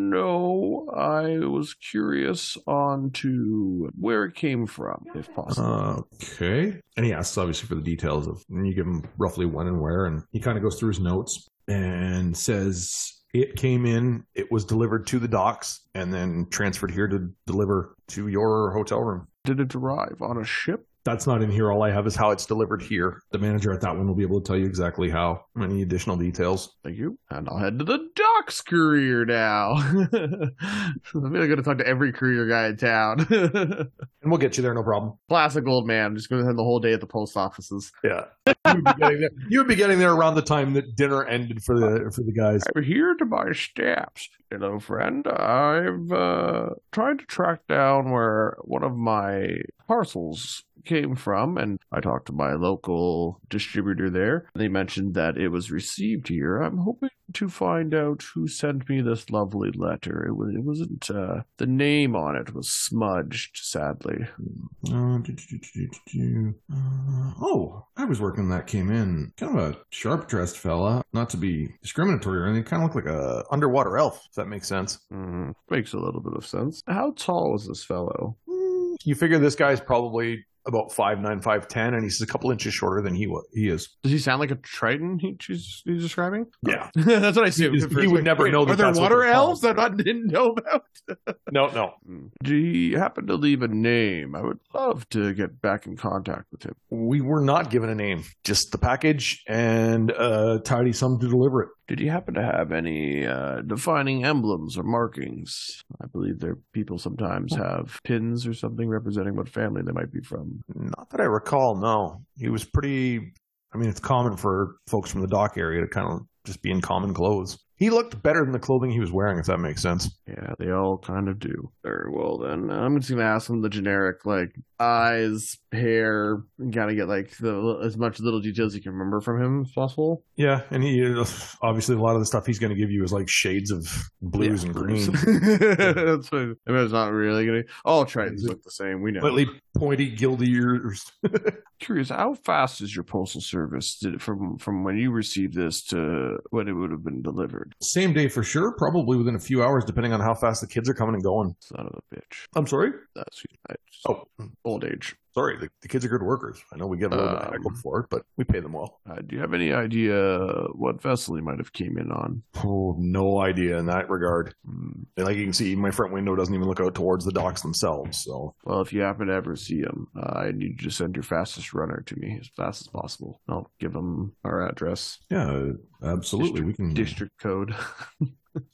No, I was curious on to where it came from, if possible.
Uh, okay. And he asks obviously for the details of, and you give him roughly when and where, and he kind of goes through his notes and says it came in, it was delivered to the docks, and then transferred here to deliver to your hotel room.
Did it arrive on a ship?
That's not in here. All I have is how it's delivered here. The manager at that one will be able to tell you exactly how. Any additional details?
Thank you. And I'll head to the doc's courier now. I'm really going to talk to every courier guy in town.
And we'll get you there, no problem.
Classic old man. just going to spend the whole day at the post offices.
Yeah. you, would be getting there, you would be getting there around the time that dinner ended for the for the guys.
I'm here to buy stamps. Hello, friend. I've uh, tried to track down where one of my parcels came from, and I talked to my local distributor there. They mentioned that it was received here. I'm hoping to find out who sent me this lovely letter. It, was, it wasn't, uh, the name on it was smudged, sadly.
Uh, do, do, do, do, do, do. Uh, oh, I was working that came in. Kind of a sharp dressed fella. Not to be discriminatory or anything. Kind of looked like a underwater elf, if that makes sense.
Mm, makes a little bit of sense. How tall is this fellow?
Hmm. You figure this guy's probably about five nine, five ten, and he's a couple inches shorter than he was. He is.
Does he sound like a Triton he, she's, he's describing?
Yeah.
that's what I assumed.
He-
at first.
he would never know that
Are there
that's what
water
they're called.
elves that I didn't know about?
No, no.
Do you Hmm. happen to leave a name? I would love to get back in contact with him.
We were not given a name. Just the package and uh tidy some to deliver it.
Did you happen to have any uh, defining emblems or markings? I believe there people sometimes
Hmm.
have pins or something representing what family they might be from.
Not that I recall, no. He was pretty I mean, it's common for folks from the dock area to kind of just be in common clothes. He looked better than the clothing he was wearing, if that makes sense.
Yeah, they all kind of do.
Very well then. I'm just gonna ask him the generic like eyes, hair, and kind of get like the as much little details you can remember from him as possible.
Yeah, and he uh, obviously a lot of the stuff he's going to give you is like shades of blues and greens,
That's fine. I mean, it's not really gonna. All Tritons look the same. We know.
slightly pointy, gildy ears.
Curious, how fast is your postal service did it from from when you received this to when it would have been delivered?
Same day for sure, probably within a few hours, depending on how fast the kids are coming and going.
Son of a bitch.
I'm sorry.
That's I-
Oh,
old age.
sorry. The, the kids are good workers. I know we get a little bit
Um,
heckled for it, but we pay them well.
Uh, do you have any idea what vessel he might have came in on?
Oh, no idea in that regard. And like you can see, my front window doesn't even look out towards the docks themselves. So
Well, if you happen to ever see him, uh, I need you to send your fastest runner to me as fast as possible. I'll give him our address,
yeah, absolutely, we can
district code.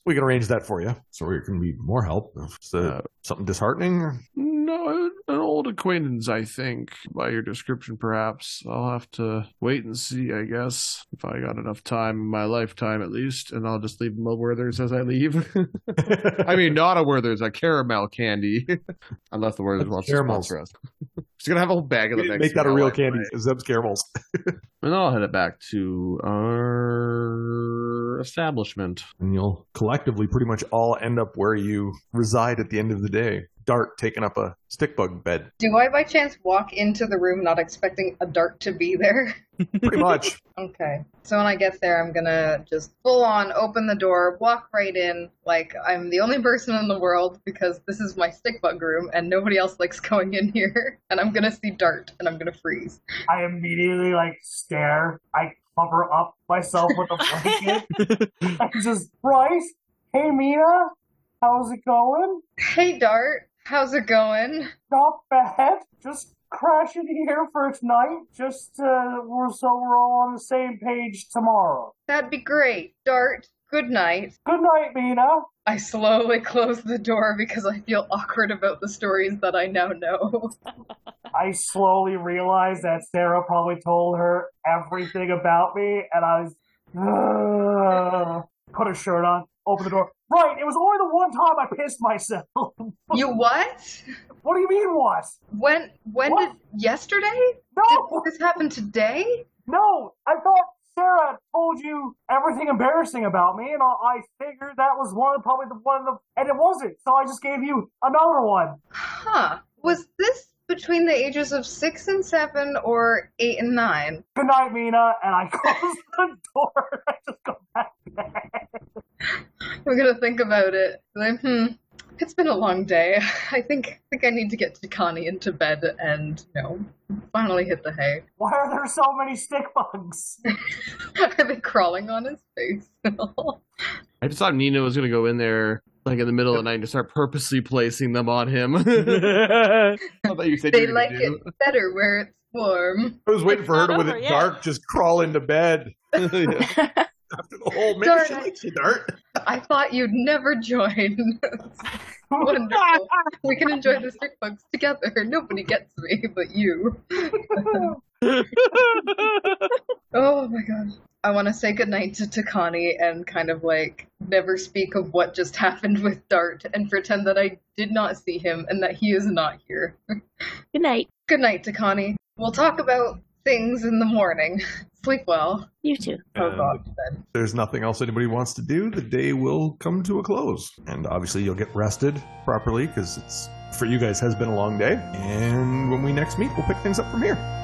we can arrange that for you. Sorry, it can be more help. Is that
Uh,
something disheartening?
no, an old acquaintance, I think, by your description, perhaps. I'll have to wait and see, I guess, if I got enough time in my lifetime at least, and I'll just leave him a Werther's as I leave. I mean, not a Werther's, a caramel candy. Unless the Werther's wants to
Caramels.
sponsor us. She's gonna have a whole bag of the
We didn't
next.
make that a real
hour.
candy. Zeb's caramels.
And I'll head it back to our establishment.
and you'll collectively pretty much all end up where you reside at the end of the day. Dart taking up a stick bug bed,
Do I by chance walk into the room not expecting a dart to be there?
pretty much.
Okay. So when I get there, I'm gonna just full on open the door, walk right in, like I'm the only person in the world because this is my stick bug room and nobody else likes going in here. And I'm gonna see Dart and I'm gonna freeze.
I immediately like stare. I cover up myself with a blanket. I just, Bryce, hey Mina, how's it going?
Hey Dart, how's it going?
Not bad. Just crashing here for tonight, just uh, we're, so we're all on the same page tomorrow.
That'd be great. Dart, good night.
Good night, Mina.
I slowly close the door because I feel awkward about the stories that I now know.
I slowly realized that Sarah probably told her everything about me, and I was Ugh. put a shirt on, open the door. Right, it was only the one time I pissed myself.
you what?
what do you mean what?
When when
What? Oh.
did yesterday?
No,
Did this happen today?
no, I thought Sarah told you everything embarrassing about me, and I I figured that was one of probably the one of the, and it wasn't. So I just gave you another one.
Huh. Was this between the ages of six and seven or eight and nine?
Good night, Mina, and I closed the door. I just go back there.
I'm gonna think about it. Then, hmm. It's been a long day. I think I think I need to get Takani into bed and you know finally hit the hay.
Why are there so many stick bugs?
I've been crawling on his face.
I just thought Nina was gonna go in there like in the middle of the night and just start purposely placing them on him. I thought you said
They
you were gonna
like
do-
it better where it's warm.
I was waiting for her
not
to, with
over
it
yet.
dark, just crawl into bed.
Yeah.
After the whole, maybe
Darn
she
it.
likes you, Dart.
I thought you'd never join. Wonderful. we can enjoy the stick bugs together. Nobody gets me but you. oh my gosh. I want to say goodnight to Takani and kind of like never speak of what just happened with Dart and pretend that I did not see him and that he is not here.
Good night.
Good night, Takani. We'll talk about things in the morning. Sleep well.
You too.
Oh
And
god.
there's nothing else anybody wants to do. The day will come to a close, and obviously you'll get rested properly because it's for you guys has been a long day. And when we next meet, we'll pick things up from here.